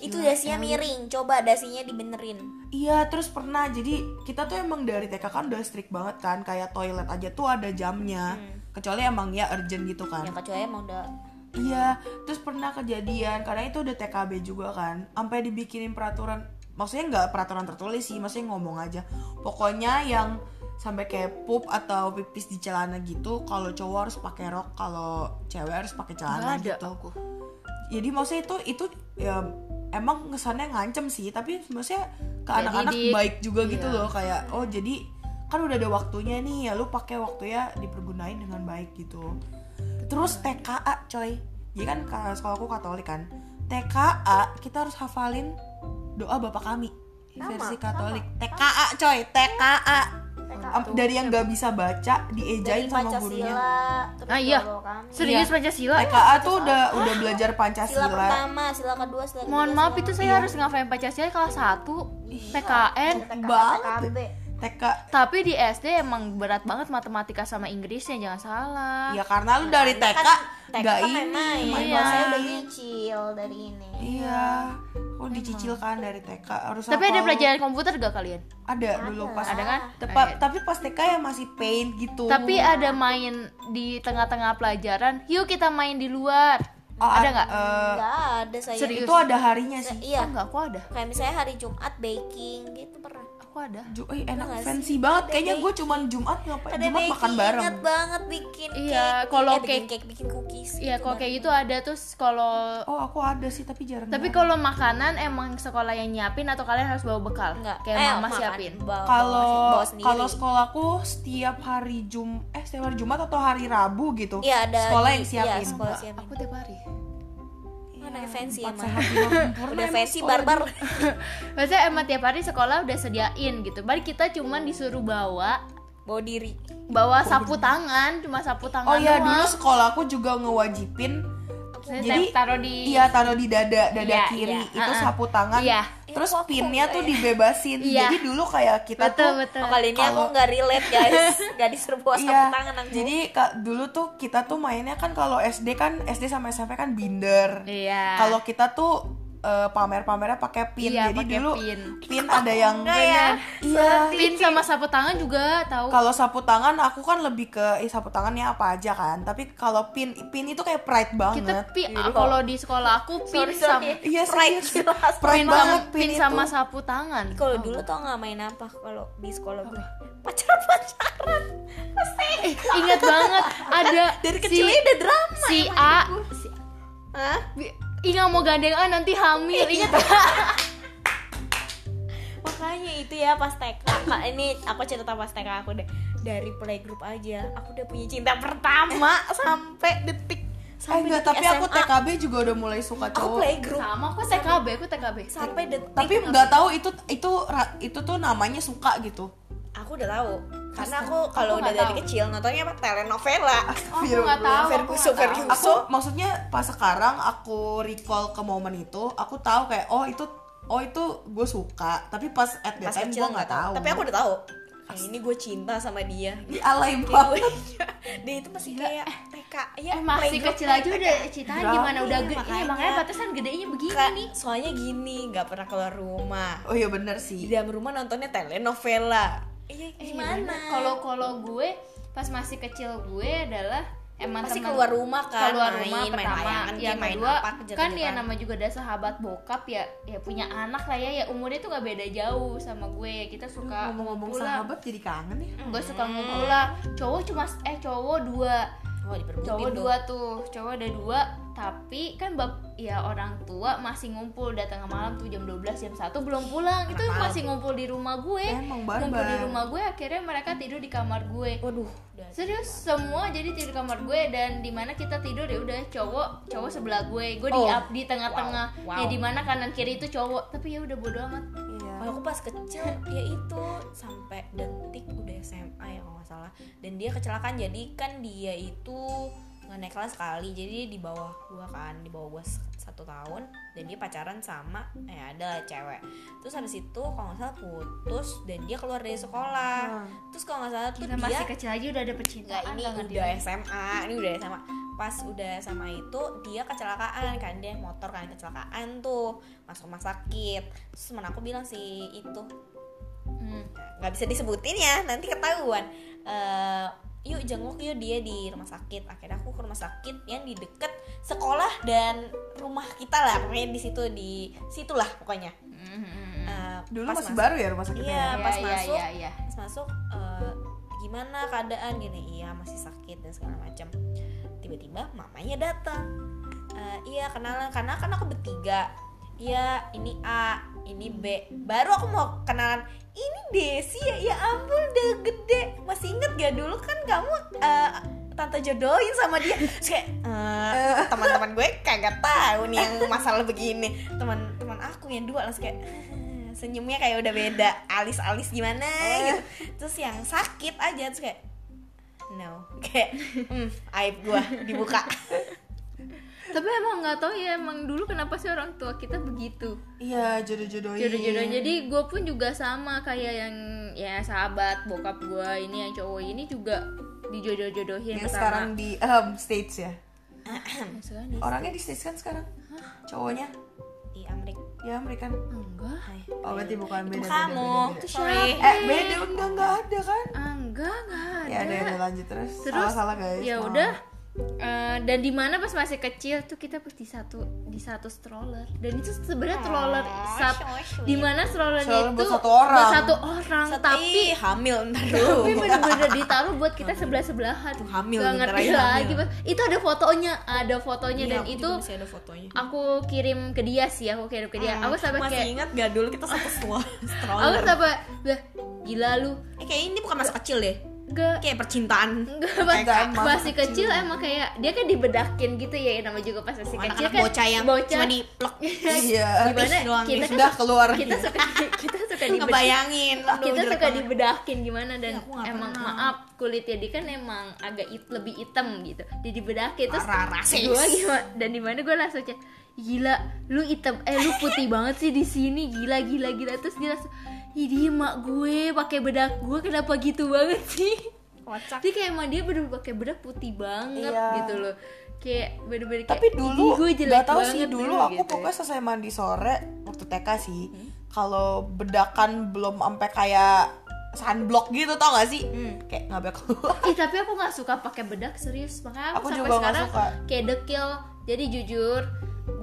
A: itu dasinya miring coba dasinya dibenerin
B: iya terus pernah jadi kita tuh emang dari TK kan udah strict banget kan kayak toilet aja tuh ada jamnya
A: Hmm.
B: kecuali emang ya urgent gitu kan
A: yang kecuali emang udah
B: Iya, terus pernah kejadian karena itu udah TKB juga kan, sampai dibikinin peraturan, maksudnya nggak peraturan tertulis sih, maksudnya ngomong aja. Pokoknya yang sampai kayak pup atau pipis di celana gitu, kalau cowok harus pakai rok, kalau cewek harus pakai celana
C: Nggak ada
B: gitu. Jadi maksudnya itu itu ya emang kesannya ngancem sih, tapi maksudnya ke
C: Kayak
B: anak-anak
C: didik.
B: baik juga gitu
C: Iya.
B: loh, kayak oh jadi kan udah ada waktunya nih ya lu pakai waktu ya dipergunain dengan baik gitu. Terus TKA coy Jadi kan ka- sekolahku katolik kan TKA kita harus hafalin doa bapak kami
A: Sama,
B: Versi
A: sama,
B: katolik TKA coy TKA Am- Dari yang gak bisa baca
A: dari
B: Diejain sama gurunya
A: Pancasila terus
C: Ah, iya.
A: Bolo Kami.
C: Serius Pancasila?
B: TKA tuh udah udah belajar
A: sila
B: Pancasila
A: pertama sila kedua sila ketiga
C: Mohon maaf itu saya harus ngafalin Pancasila kelas 1 PKN
B: banget TK
C: tapi di SD emang berat banget matematika sama Inggrisnya jangan salah.
B: Ya karena lu dari TK
A: kan TK
B: Gak
A: main
B: ini
A: main
C: main main.
A: Kalau saya ya, udah nyicil dari ini
B: Iya Kok dicicilkan dari TK harus
C: Tapi ada
B: hafal.
C: pelajaran komputer gak kalian?
B: Ada dulu pas
C: Ada kan?
B: Tepa- Tapi pas TK ya masih paint gitu
C: Tapi ada main di tengah-tengah pelajaran. Yuk kita main di luar.
B: Oh,
C: ada
B: ad-
C: nggak?
B: eh,
A: nggak ada saya
C: Serius?
B: itu ada harinya sih
A: iya
C: Enggak, aku ada.
A: kayak misalnya hari Jumat baking gitu pernah
C: Aku ada.
B: Ju eh,
A: Enggak
B: enak
A: sih?
B: fancy banget kayaknya
A: Ada
B: gue cuman Jumat ngapain
A: ada
B: Jumat
A: baking
B: makan bareng
A: ingat banget bikin
C: Iya,
A: cake
C: kalau
A: eh, bikin
C: cake-
A: cake bikin cookies
C: Iya,
A: gitu
C: kalau
A: bareng.
C: kayak gitu ada terus kalau
B: oh aku ada sih tapi jarang
C: tapi
B: banget.
C: kalau makanan emang sekolah yang nyiapin atau kalian harus bawa bekal?
A: Enggak.
C: gitu, Kayak
A: Eh,
C: mama
A: makan.
C: siapin.
A: Bawa-
B: kalau
A: bawa sendiri.
B: kalau sekolahku setiap hari Jum eh setiap hari Jumat atau hari Rabu gitu
A: Iya, ada
B: sekolah
A: di-
B: yang siapin
A: iya, sekolah siapin.
C: Aku tiap hari.
A: Mana fancy
B: Iya, empat
A: emang.
B: sehat lima sempurna
A: [LAUGHS] udah
B: emang
A: fancy
B: kan sekolah
A: barbar
B: juga.
C: Maksudnya emang tiap hari sekolah udah sediain gitu. Balik kita cuman disuruh bawa
A: [LAUGHS] bawa diri
C: bawa sapu tangan, cuma sapu tangan
B: oh iya
C: doang.
B: dulu sekolahku juga ngewajibin
C: Terus
B: jadi
C: taruh di
B: iya taruh di dada dada
C: Iya,
B: kiri
C: iya,
B: itu
C: uh-uh.
B: sapu tangan
C: Iya.
B: terus
A: Iya, kok- kok
B: pinnya
A: enggak
B: tuh
A: ya?
B: dibebasin
C: Iya.
B: jadi dulu kayak kita
C: betul
B: tuh
C: betul.
A: Oh, kali ini aku
B: Kalau- Iya.
A: nggak relate
B: [LAUGHS]
A: guys nggak disuruh bawa sapu tangan aku
B: Jadi ka- dulu tuh kita tuh mainnya kan kalau SD kan SD sama SMP kan binder.
C: Iya.
B: Kalau kita tuh eh, pamer-pamernya pakai pin.
C: Iya,
B: Jadi
C: pakai
B: dulu
C: pin.
B: ada yang
C: Enggak ya?
B: Iya.
C: pin sama sapu tangan juga tahu.
B: Kalau sapu tangan aku kan lebih ke eh, sapu tangannya apa aja kan. Tapi kalau pin pin itu kayak pride
C: Kita
B: banget.
C: pi kalau di sekolah aku pin
A: Iya, Sorry,
C: sama
A: sorry.
B: Iya
A: Pride
B: serius.
A: jelas.
B: Pride
C: pin sama,
B: banget pin,
C: pin
B: itu.
C: sama sapu tangan.
A: kalau dulu tau nggak main apa kalau di sekolah gue pacar pacaran pasti
C: Eh, ingat banget ada
A: dari
C: si-
A: kecilnya udah drama
C: si A si,
A: Hah?
C: bi- Ih nggak mau gandeng A nanti hamil
A: Iya.
C: ingat
A: makanya itu ya pas TK Kak, ini aku cerita pas TK aku deh dari playgroup aja aku udah punya cinta pertama sampai detik
B: Eh
A: sampai
B: enggak,
A: detik
B: tapi aku
A: SMA.
B: TKB juga udah mulai suka
A: aku
B: cowok.
A: playgroup
C: sama aku TKB aku TKB
A: sampai detik
B: Oh. tapi nggak tahu itu itu ra- itu tuh namanya suka gitu.
A: aku udah tahu karena aku kalau
C: Aku
A: udah
C: nggak
A: dari
C: tahu.
A: kecil nontonnya apa telenovela
C: Oh,
B: Iya,
C: aku nggak tahu aku
A: Ferguson
C: nggak tahu.
A: Ferguson
B: aku maksudnya pas sekarang aku recall ke momen itu aku tahu kayak oh itu oh itu gue suka tapi pas at that
A: pas
B: time
A: kecil
B: gue nggak tahu
A: tapi aku udah tahu kayak ini gue cinta sama dia
B: Ih, alay
A: Kayak Iya, gue
B: banget
A: [LAUGHS] dia itu masih kayak TK ya
C: Eh, masih
A: playgroup
C: kecil
A: kayak
C: aja
A: TK.
C: udah cintanya
B: Drama.
C: gimana udah
A: Iya,
C: gede makanya,
A: makanya.
C: makanya batasan gedenya begini
A: Kak,
C: nih
A: soalnya gini nggak pernah keluar rumah
B: oh iya bener
A: di
B: sih
A: dalam rumah nontonnya telenovela iya
C: Eh,
A: gimana
C: bener. kalau kalau gue pas masih kecil gue adalah emang
A: Pasti
C: teman
A: keluar rumah kan,
C: keluar
A: main,
C: rumah
A: main
C: pertama
A: layangan, gitu,
C: yang
A: main
C: kedua
A: apa,
C: kan dia
A: kejar-kejaran.
C: nama juga ada sahabat bokap ya ya punya anak lah ya ya umurnya tuh gak beda jauh sama gue ya kita suka
B: ngomong-ngomong
C: ngumpul lah.
B: sahabat jadi kangen ya
A: Iya.
C: gue suka
A: Hmm.
C: ngumpul lah cowok cuma eh cowok dua
A: oh, diperbutin
C: cowok
A: dong.
C: dua tuh cowok ada dua tapi kan bab ya orang tua masih ngumpul datang malam tuh jam 12 jam 1 belum pulang itu
A: malam.
C: masih ngumpul di rumah gue
B: Emang
C: ngumpul di
B: barbar.
C: rumah gue akhirnya mereka tidur di kamar gue
A: waduh udah.
C: serius semua jadi tidur di kamar gue dan dimana kita tidur ya udah cowok cowok sebelah gue gue di
A: Oh.
C: up di tengah-tengah
A: Wow.
C: ya dimana kanan kiri itu cowok tapi ya udah bodo amat
B: iya
A: kalau aku pas kecil ya itu sampai detik udah SMA ya kalau nggak salah dan dia kecelakaan jadi kan dia itu nggak naik kelas sekali jadi dia di bawah gua kan di bawah gua se- satu tahun dan dia pacaran sama ya ada cewek terus habis itu kalau nggak salah putus dan dia keluar dari
B: Ah,
A: sekolah terus kalau nggak salah tuh
C: Kita
A: dia
C: masih kecil aja udah ada
A: Enggak,
C: percintaan
A: ini
C: dengan
A: udah SMA, ini udah SMA. Pas udah sama itu dia kecelakaan kan dia motor kan kecelakaan tuh masuk rumah sakit. Terus temen aku bilang sih itu
C: Hmm.
A: nggak bisa disebutin ya nanti ketahuan. Eh, yuk jenguk yuk dia di rumah sakit. Akhirnya aku ke rumah sakit yang di deket sekolah dan rumah kita lah pokoknya di situ di situlah pokoknya.
C: Mhm.
A: Eh,
B: Dulu
A: pas
B: masih
A: masuk-
B: baru ya rumah sakitnya.
A: Iya, pas
C: Iya, iya,
A: masuk
C: iya, iya.
A: pas masuk eh, gimana keadaan gini iya masih sakit dan segala macam tiba-tiba mamanya datang Eh, iya kenalan karena kan aku bertiga iya ini A ini B baru aku mau kenalan ini Desi ya ya ampun udah gede masih inget gak dulu kan kamu eh, tante jodohin sama dia Terus kayak eh, teman-teman gue kagak tahu nih yang masalah begini teman-teman aku yang dua langsung kayak "Eh," senyumnya kayak udah beda alis-alis gimana gitu terus yang sakit aja terus kayak no kayak hmm, aib gue dibuka
C: Tapi emang nggak tahu ya emang dulu kenapa sih orang tua kita begitu
B: Iya, jodoh-jodohin.
C: jodoh-jodoh. Jadi gue pun juga sama kayak yang ya sahabat bokap gue ini yang cowok ini juga dijodoh-jodohin
B: Yang sekarang
C: pertama.
B: di um, stage ya.
C: Yang sekarang di-
B: Orangnya di stage kan sekarang? Cowoknya?
A: di Iya, Amrik
B: Ya, mereka.
C: enggak,
B: Oh, berarti bukan
A: itu
B: beda. beda,
A: kamu
B: beda,
A: itu
B: beda.
A: sorry
B: Eh, beda enggak enggak ada kan?
C: Ah, enggak enggak ada.
B: Ya, ada yang lanjut terus.
C: Terus
B: salah, salah guys.
C: ya
B: Maaf.
C: udah. Eh, dan di mana pas masih kecil tuh kita pasti satu di satu stroller dan itu sebenarnya stroller sat, di mana stroller
B: Oh, Stroller
C: itu
B: buat satu orang. Iya,
C: buat satu orang, tapi
A: tapi hamil ntar dulu
C: tapi
A: [LAUGHS]
C: bener-bener ditaruh buat kita sebelah sebelahan
A: Iya. Tuh, hamil,
C: gak
A: bentar
C: ngerti
A: lagi hamil.
C: lagi Mas. itu ada fotonya ada fotonya
A: Iya,
C: dan
A: aku
C: itu
A: juga masih ada fotonya
C: aku kirim ke dia sih aku kirim ke dia aku sampai
A: Ah, masih
C: kayak
A: ingat gak dulu kita satu
C: [LAUGHS]
A: stroller
C: aku sampai "Lah, gila lu
A: eh, kayak ini bukan masa kecil deh
C: gak
A: kayak percintaan
C: Enggak, pas,
B: Kayak
C: pas
B: masa
C: masih kecil emang kayak dia kan dibedakin gitu ya nama juga pas masih kecil
A: anak-anak
C: kan
A: bocah yang cuma
C: [LAUGHS]
A: di plek
B: Iya.
C: gimana
A: doang,
C: kita kan
B: Sudah keluar.
C: kita suka kita suka dibedakin
A: [LAUGHS] ngebayangin Aduh,
C: kita
A: jelek
C: suka
A: banget.
C: dibedahin gimana dan
B: Iya,
A: Ya, aku nggak
C: emang
A: pernah.
C: maaf kulitnya dia kan emang agak it, lebih hitam gitu jadi dibedakin terus
A: Parah, rasis.
C: gue gimana dan di mana gue langsung cek gila lu hitam eh lu putih [LAUGHS] banget sih di sini gila gila gila terus dia langsung Ih dia mak gue pakai bedak gue kenapa gitu banget sih
A: kocak
C: Jadi kayak emang dia bener-bener pakai bedak putih banget
B: Nah. Iya.
C: gitu loh Kayak bener-bener kayak
B: tapi
C: "Ih,
B: dulu
C: gue jelek
B: gak tahu sih
C: banget
B: dulu
C: dulu,"
B: aku
C: gitu. Hmm.
B: pokoknya selesai mandi sore waktu TK sih kalau bedakan belum sampai kayak sunblock gitu tau gak sih
C: Hmm.
B: kayak nggak
C: [LAUGHS]
B: bakal keluar
C: Ih Eh, tapi aku nggak suka pakai bedak serius makanya aku,
B: Aku
C: sampai
B: juga nggak
C: sekarang
B: suka.
C: kayak dekil. Jadi jujur,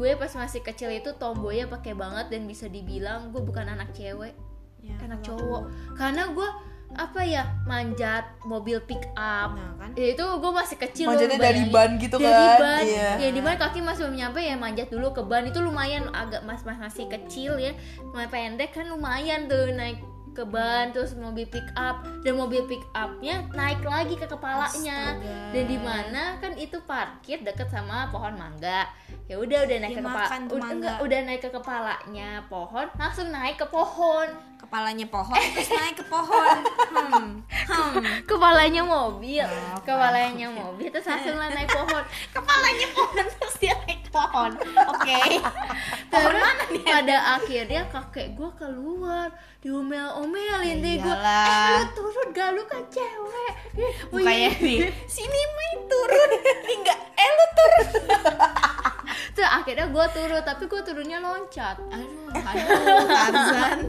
C: gue pas masih kecil itu tomboynya pakai banget dan bisa dibilang gue bukan anak cewek, anak cowok. Karena gue apa ya manjat mobil pick up.
A: Nah, kan.
C: Ya, itu gue masih kecil loh,
B: Manjatnya dari
C: bayangin.
B: ban gitu
C: dari
B: kan,
C: ban
B: iya.
C: ya di ban kaki masih belum nyampe ya manjat dulu ke ban itu lumayan agak mas mas masih kecil ya masih pendek kan lumayan tuh naik ke ban terus mobil pick up dan mobil pick upnya naik lagi ke kepalanya dan di mana kan itu parkir deket sama pohon mangga ya udah udah naik
A: Dia
C: ke kepala
A: makan tuh
C: udah,
A: mangga.
C: enggak, udah naik ke kepalanya pohon langsung naik ke
A: [LAUGHS]
C: pohon
A: kepalanya
C: [LAUGHS]
A: pohon terus naik ke pohon hmm. Hmm.
C: kepalanya mobil kepalanya mobil terus langsung lah naik
A: [LAUGHS]
C: pohon
A: kepalanya pohon terus dia naik ke pohon oke [LAUGHS]
C: Terus pada akhirnya kakek gue keluar diomel-omelin deh gue eh [LAUGHS]
A: iyalah.
C: lu turun gak lu kan cewek Oh, iya.
A: mukanya nih sini main
C: [LAUGHS]
A: turun ini enggak eh lu turun
C: Terus akhirnya gue turun tapi gue turunnya loncat
A: aduh aduh Tarzan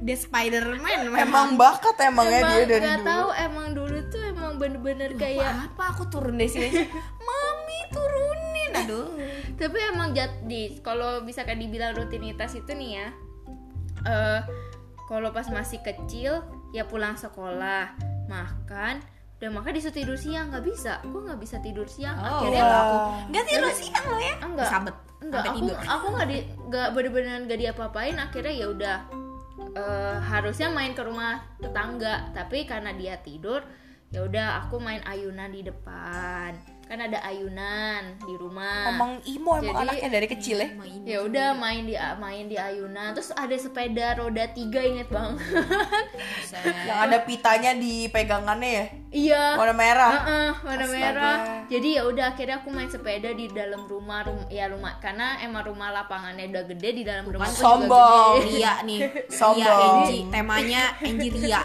A: dia Spiderman memang
B: emang bakat emang ya dia dari
C: gak
B: dulu
C: tahu emang dulu tuh emang bener-bener kayak
A: apa aku turun dari sini aja. mami turunin aduh
C: tapi emang jat di kalau bisa kan dibilang rutinitas itu nih ya eh kalau pas masih kecil ya pulang sekolah makan udah makan disuruh tidur siang nggak bisa gue nggak bisa tidur siang
A: Oh.
C: akhirnya Ah,
B: Wah.
C: Nah.
A: enggak tidur siang lo ya
C: enggak
A: Sabet.
C: enggak
A: Sampai
C: aku
A: tidur.
C: aku nggak di nggak bener-beneran nggak diapa-apain akhirnya ya udah eh, harusnya main ke rumah tetangga tapi karena dia tidur ya udah aku main ayunan di depan kan ada ayunan di rumah
B: emang imo emang
C: Jadi-
B: anaknya dari kecil ya
C: ya udah main di main di ayunan terus ada sepeda roda tiga inget banget [LAUGHS]
B: yang ada pitanya di pegangannya ya
C: iya
B: warna merah
C: Heeh, warna
B: Astaga.
C: merah. Jadi ya udah akhirnya aku main sepeda di dalam rumah, rum- ya rumah karena emang rumah lapangannya udah gede di dalam rumah aku juga
B: sombong.
C: gede.
A: Oh. Ria nih Ria
B: Sombong.
A: Enji temanya Enji Ria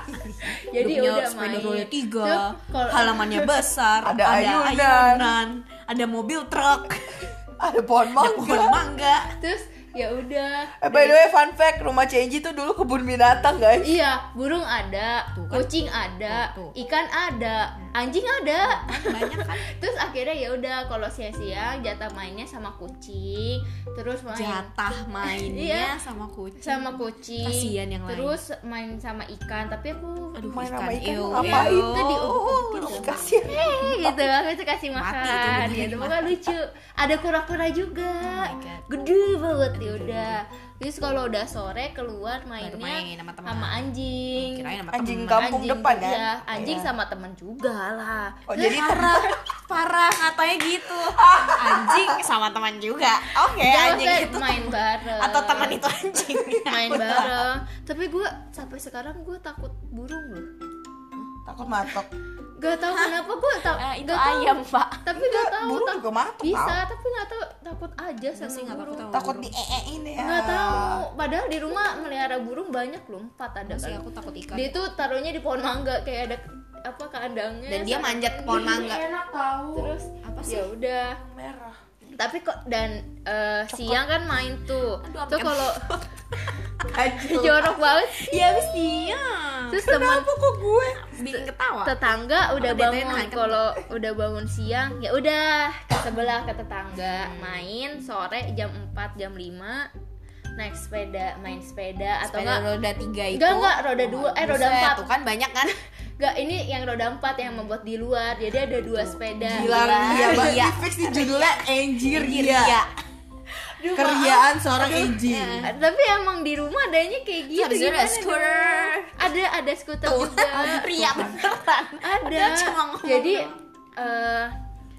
C: Jadi
A: Dia punya
C: udah
A: sepeda
C: main.
A: roda tiga
C: Terus kalau-
A: halamannya besar
B: Ada ayunan.
A: ayunan, ada mobil truk
B: ada pohon
A: ada pohon
B: mangga
A: mangga
C: Terus ya udah.
B: Eh, by the way, fun fact, rumah Cenji tuh dulu kebun binatang, guys.
C: Iya, burung ada,
A: Tuh kan.
C: kucing ada,
A: Tuh, Hmm. tuh.
C: ikan ada, anjing ada.
A: banyak kan
C: Terus akhirnya ya udah kalau siang-siang jatah mainnya sama kucing, terus main
A: jatah mainnya sama kucing
C: sama kucing.
A: Kasihan yang lain.
C: Terus main sama ikan, tapi aku
A: aduh
B: Main
A: ikan,
B: sama ikan,
A: ew,
B: ngapain?
A: ew.
C: Itu diubah-ubah
B: Aduh,
C: gitu.
B: kasihan.
C: Eh, gitu aku tuh kasih
A: Mati itu
C: makan
A: beneran,
C: gitu
A: mati.
C: makanya lucu ada kura-kura juga
A: Oh my God.
C: gede banget ya udah terus kalau udah sore keluar mainnya
A: main sama teman. Oh,
C: sama anjing
A: kirain sama
B: Anjing
A: temen.
B: kampung depan kan?
C: iya, anjing
B: Iya.
C: sama temen juga lah
B: Oh,
C: Terus
B: jadi
A: parah parah katanya gitu anjing sama teman juga oke
C: kita
A: anjing
C: ya, maksudnya
A: itu
C: main bareng
A: atau teman itu anjing
C: main bareng tapi gue sampai sekarang gue takut burung loh
B: Takut matok.
C: Gak tau kenapa gue tau
A: [LAUGHS] Eh, itu
C: gak tahu.
A: ayam pak
C: tapi gak tau
B: burung
C: tak-
B: juga matok,
C: bisa
B: tau.
C: tapi gak tau takut aja
A: Nggak sih,
C: sama
A: nggak takut
C: burung
A: sama
B: Takut
A: burung.
B: di ee ini ya.
A: Iya.
C: Nggak tahu. Padahal di rumah melihara burung banyak loh, empat ada
A: sih
C: kan.
A: aku takut ikan
C: Dia tuh taruhnya di pohon mangga kayak ada apa kandangnya.
A: dan dia manjat pohon mangga
B: Enak tahu.
C: Terus
A: apa sih
C: ya udah.
B: Merah.
C: Tapi kok dan eh, siang kan main tuh.
A: Aduh,
C: tuh
A: ambil. [LAUGHS]
C: kalau [LAUGHS]
B: Anjing.
C: jorok banget.
A: ya abis dia
C: Terus teman
A: kok gue bikin ketawa
C: tetangga udah
A: Apa dia
C: bangun
A: nahan kentut?
C: kalau udah bangun siang ya udah ke sebelah ke tetangga
A: Hmm.
C: main sore jam 4 jam 5 naik sepeda main sepeda atau
A: sepeda
C: enggak
A: roda tiga itu
C: Enggak, enggak, roda dua, eh, roda
A: Buset,
C: empat.
A: tuh kan banyak kan
C: Gak, ini yang roda empat yang membuat di luar. Jadi ada dua sepeda.
B: Gila, Ria banget.
A: Iya.
B: Di fix di judulnya Anjir
A: Iya.
B: Ria. Keriaan seorang Anjing.
C: Tapi emang di rumah adanya kayak gitu.
A: Habis itu ada
C: gimana dong?
A: scooter.
C: Ada ada skuter
A: tuh
C: juga.
A: ria beneran
C: ada.
A: Padahal cuma ngomong
C: Jadi
A: doang.
C: eh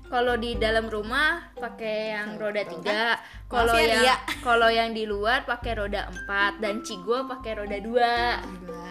C: kalau di dalam rumah pakai yang roda tiga,
A: Maaf
C: kalau
A: ya, Ria.
C: yang kalau yang di luar pakai roda empat dan Cigo pakai roda dua.
A: Gila,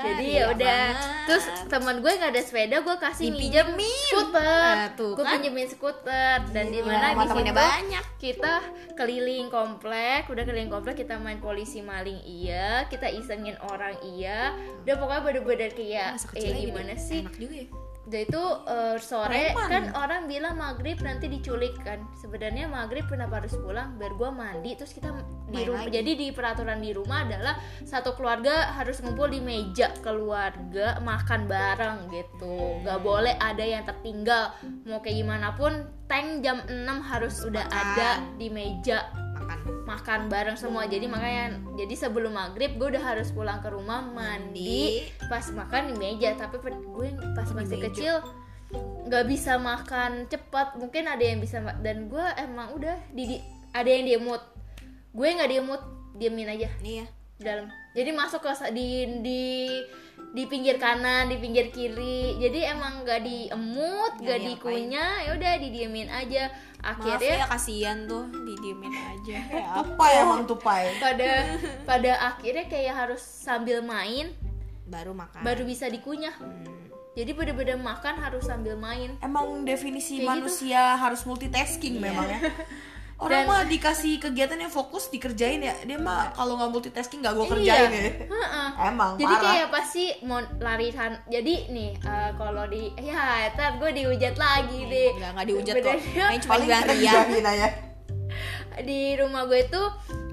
C: Jadi
A: ria
C: ya udah.
A: Iya banget.
C: Terus teman gue nggak ada sepeda, gue kasih minjem
A: Dipinjemin.
C: skuter.
A: Nah, tuh
C: gue
A: kan.
C: pinjemin skuter dan di mana
A: sama
C: di situ
A: temennya banyak.
C: kita keliling komplek, udah keliling komplek kita main polisi maling iya, kita isengin orang iya. Udah pokoknya bener-bener kayak
A: Masa kecil
C: eh
A: lagi
C: gimana
A: deh.
C: sih?
A: Enak juga ya.
C: Udah itu eh, sore
A: Preman.
C: kan orang bilang maghrib nanti diculik kan. Sebenarnya maghrib kenapa harus pulang? Biar gue mandi terus kita di
A: Main
C: rumah.
A: lagi.
C: Jadi di peraturan di rumah adalah satu keluarga harus ngumpul di meja keluarga makan bareng gitu.
A: Hmm.
C: Gak boleh ada yang tertinggal. Mau kayak gimana pun tank jam 6 harus udah ada di meja
A: makan
C: makan bareng semua jadi
A: Hmm.
C: makanya jadi sebelum maghrib gue udah harus pulang ke rumah mandi pas makan di meja tapi pe- gue pas masih
A: meja.
C: kecil nggak bisa makan cepat mungkin ada yang bisa ma- dan gue emang udah di, di- ada yang diemut gue nggak diemut diemin aja
A: iya
C: di dalam jadi masuk ke sa- di di di pinggir kanan di pinggir kiri jadi emang nggak diemut
A: Nggak
C: nggak
A: diapain.
C: dikuynya ya udah didiemin aja
A: maaf
C: akhirnya Iya.
A: ya kasihan tuh didiemin aja
B: Tupai emang tupai.
C: pada
A: [LAUGHS]
C: pada akhirnya kayak harus sambil main
A: baru makan
C: baru bisa dikunyah jadi bener-bener makan harus sambil main
B: Emang definisi
C: Kayak gitu. Iya.
B: manusia harus multitasking memang
C: [LAUGHS]
B: ya. Orang
C: Dan- Iya.
B: mah dikasih kegiatan yang fokus dikerjain ya. Dia mah kalau nggak multitasking
A: Oh,
B: nggak gue kerjain
C: [LAUGHS]
B: ya.
C: Heeh.
B: Emang
C: Iya. jadi
B: parah.
C: kayak pasti mau larihan jadi nih eh, kalau di ya ntar gue dihujat lagi deh
A: Iya, nggak nggak dihujat kok
C: Sebenarnya
A: main cuma bilang
B: kita
A: ria
B: kerjain aja.
C: [LAUGHS] di rumah gue itu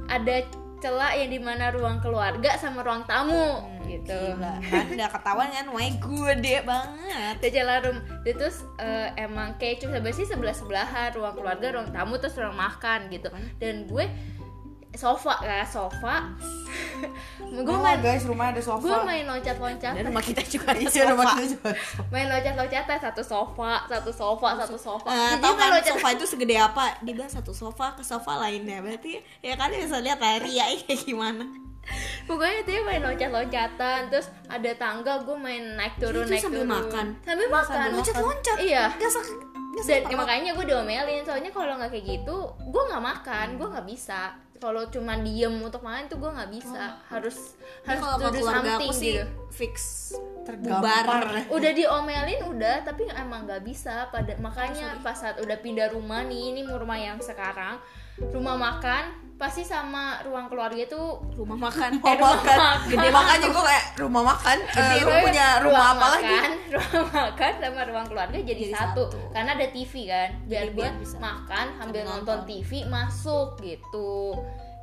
C: ada celah yang dimana ruang keluarga sama ruang tamu gitu
A: Gila, kan udah ketahuan kan wah gede banget
C: ada celah room Dia terus eh, emang kayak cuma sebenarnya sih sebelah sebelahan ruang keluarga ruang tamu terus ruang makan gitu dan gue sofa ya
A: [LAUGHS]
C: sofa gue
B: Gue
C: main
B: guys rumah ada sofa.
C: gue main loncat loncat
A: dan rumah kita juga
B: [LAUGHS]
A: ada
B: Iya rumah
A: sofa.
B: kita juga. ada sofa.
C: main loncat loncatan satu sofa satu sofa satu sofa Jadi
A: Eh, tau
C: gue
A: kan
C: loncat-
A: sofa itu segede apa? Dibilang satu sofa ke sofa lainnya Berarti ya kan bisa lihat lah Ria ini kayak gimana
C: pokoknya dia main loncat loncatan terus ada tangga gue main naik turun
A: Itu
C: naik
A: sambil
C: turun
A: makan.
C: sambil makan
A: Loncat-loncat
C: iya
A: Gak sak gak
C: dan
A: sempat
C: ya, makanya gue diomelin soalnya kalau nggak kayak gitu gue nggak makan gue nggak bisa kalau cuman diem untuk makan tuh gue nggak bisa harus
A: Oh.
C: harus
A: Ini kalau
C: to
A: ke
C: do
A: keluarga aku
C: something
A: sih
C: gitu
A: fix
B: tergampar
C: udah diomelin udah tapi emang nggak bisa pada makanya pas saat udah pindah rumah nih ini rumah yang sekarang rumah makan pasti sama ruang keluarga itu
A: rumah
C: [LAUGHS]
A: makan
B: Rumah
A: eh, rumah
B: makan
C: makan.
B: gede makanya gue kayak rumah makan gede lu Eh, punya rumah
C: ruang
B: apa lagi
C: makan, [LAUGHS] ruang makan sama ruang keluarga jadi,
A: Jadi
C: satu.
A: satu.
C: karena ada TV kan biar
A: Jadi
C: gue
A: biar bisa
C: makan sambil
A: nonton.
C: nonton TV masuk gitu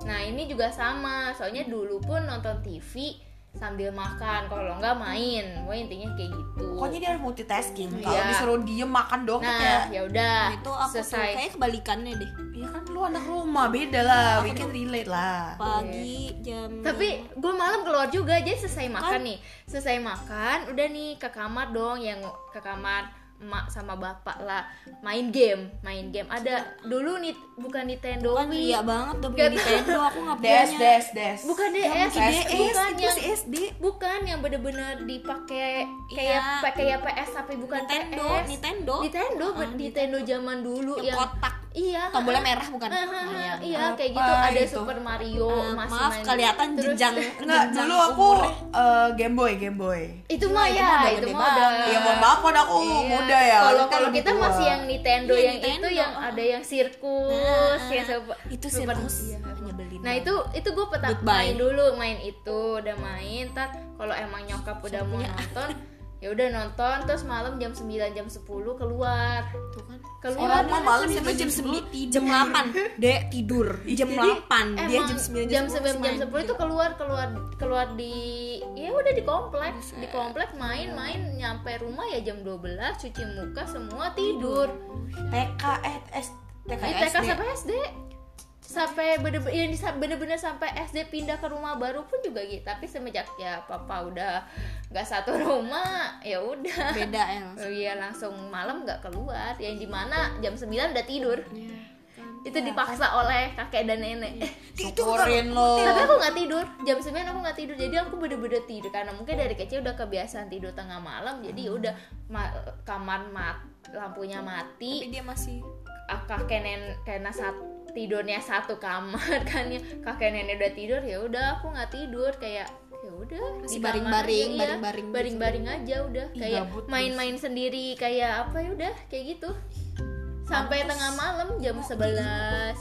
C: nah ini juga sama soalnya dulu pun nonton TV sambil makan kalau nggak main gue intinya kayak gitu
B: pokoknya dia harus multitasking kalau
C: Iya.
B: disuruh diem makan doang tuh kayak
C: nah ya udah
A: itu aku tuh
C: selesai
A: kayaknya kebalikannya deh
B: ya kan lu anak rumah beda lah we can relate lah
A: pagi jam
C: Tapi gue malam keluar juga, jadi selesai
A: Kan?
C: makan nih. Selesai makan, udah nih ke kamar dong, yang ke kamar emak sama bapak lah main game, main game. Ada dulu nih bukan Nintendo
A: kan
C: Wii,
A: iya banget udah punya
C: Gak
A: Nintendo aku
C: [LAUGHS]
A: nggak
B: des
A: punya
B: des des
C: bukan DS,
B: masih
C: bukan
B: DS,
C: yang
B: itu masih SD
C: bukan yang bener-bener dipakai
A: Iya.
C: kayak pakai ya PS tapi bukan
A: Nintendo
C: PS.
A: Nintendo
C: Nintendo,
A: Ah,
C: Nintendo zaman dulu
A: yang
C: yang,
A: kotak
C: iya
A: tombolnya merah bukan
C: Ah, ah,
A: Iya.
C: ah, iya
B: Apa
C: kayak gitu ada
B: itu?
C: Super Mario
A: Eh,
C: masih
A: maaf
C: main.
A: kelihatan
C: Terus-
A: jenjang
B: Enggak,
A: jenjang
B: dulu aku
A: umurnya.
B: eh, Game Boy, Game Boy.
C: [LAUGHS] itu mah
A: Iya, itu
C: ya
A: mah udah
C: itu
A: gede
C: mah udah
A: banget.
B: Ya mohon maaf, kan aku
C: Iya.
B: muda ya.
C: Kalau
B: kalian kan
C: kalau
B: lebih
C: kita
B: tua.
C: masih yang Nintendo
A: Iya,
C: yang
A: Nintendo,
C: itu yang
A: ah.
C: ada yang sirkus
A: Nah,
C: yang
A: ah.
C: sepa-
A: itu sih
C: sepan-
A: terus
C: Iya.
A: nyebelin
C: Nah itu itu gue peta
A: Goodbye.
C: main dulu main itu udah main ntar kalau emang nyokap udah mau nonton [LAUGHS] ya udah nonton terus malam jam 9 jam 10 keluar
A: Tuh kan.
C: keluar
B: Orang mah malam
A: sampai jam
B: sebelum
A: 9 tidur. jam
C: [LAUGHS]
A: 8 dek tidur jam 8 dia
C: emang
A: jam 9
C: jam
A: 10
C: 9 jam
A: main.
C: 10 itu keluar keluar keluar di ya udah di komplek di komplek main-main nyampe rumah ya jam 12 cuci muka semua tidur
B: TK eh S TK
C: Ini TK
B: SD.
C: sampai SD sampai bener-bener yang disa- bener-bener sampai SD pindah ke rumah baru pun juga gitu tapi semenjak ya papa udah nggak satu [LAUGHS] rumah ya udah
A: beda ya langsung
C: Oh iya langsung malam nggak keluar yang dimana jam 9 udah tidur itu dipaksa oleh kakek dan nenek
B: Syukurin lo.
C: [LAUGHS] tapi aku nggak tidur jam 9 aku nggak tidur jadi aku bener-bener tidur karena mungkin dari kecil udah kebiasaan tidur tengah malam jadi udah ma- kamar mat lampunya mati
A: tapi dia masih
C: Ah, kakek nenek karena saat tidurnya satu kamar [LAUGHS] kan ya kakek nenek udah tidur ya udah aku nggak tidur kayak ya udah di
A: Masih
C: kamar
A: baring-baring,
C: aja, iya.
A: baring-baring gitu.
C: baring-baring aja udah
B: Ih,
C: kayak
B: gabut
C: main-main sendiri kayak apa ya udah kayak gitu sampai tengah malam jam 11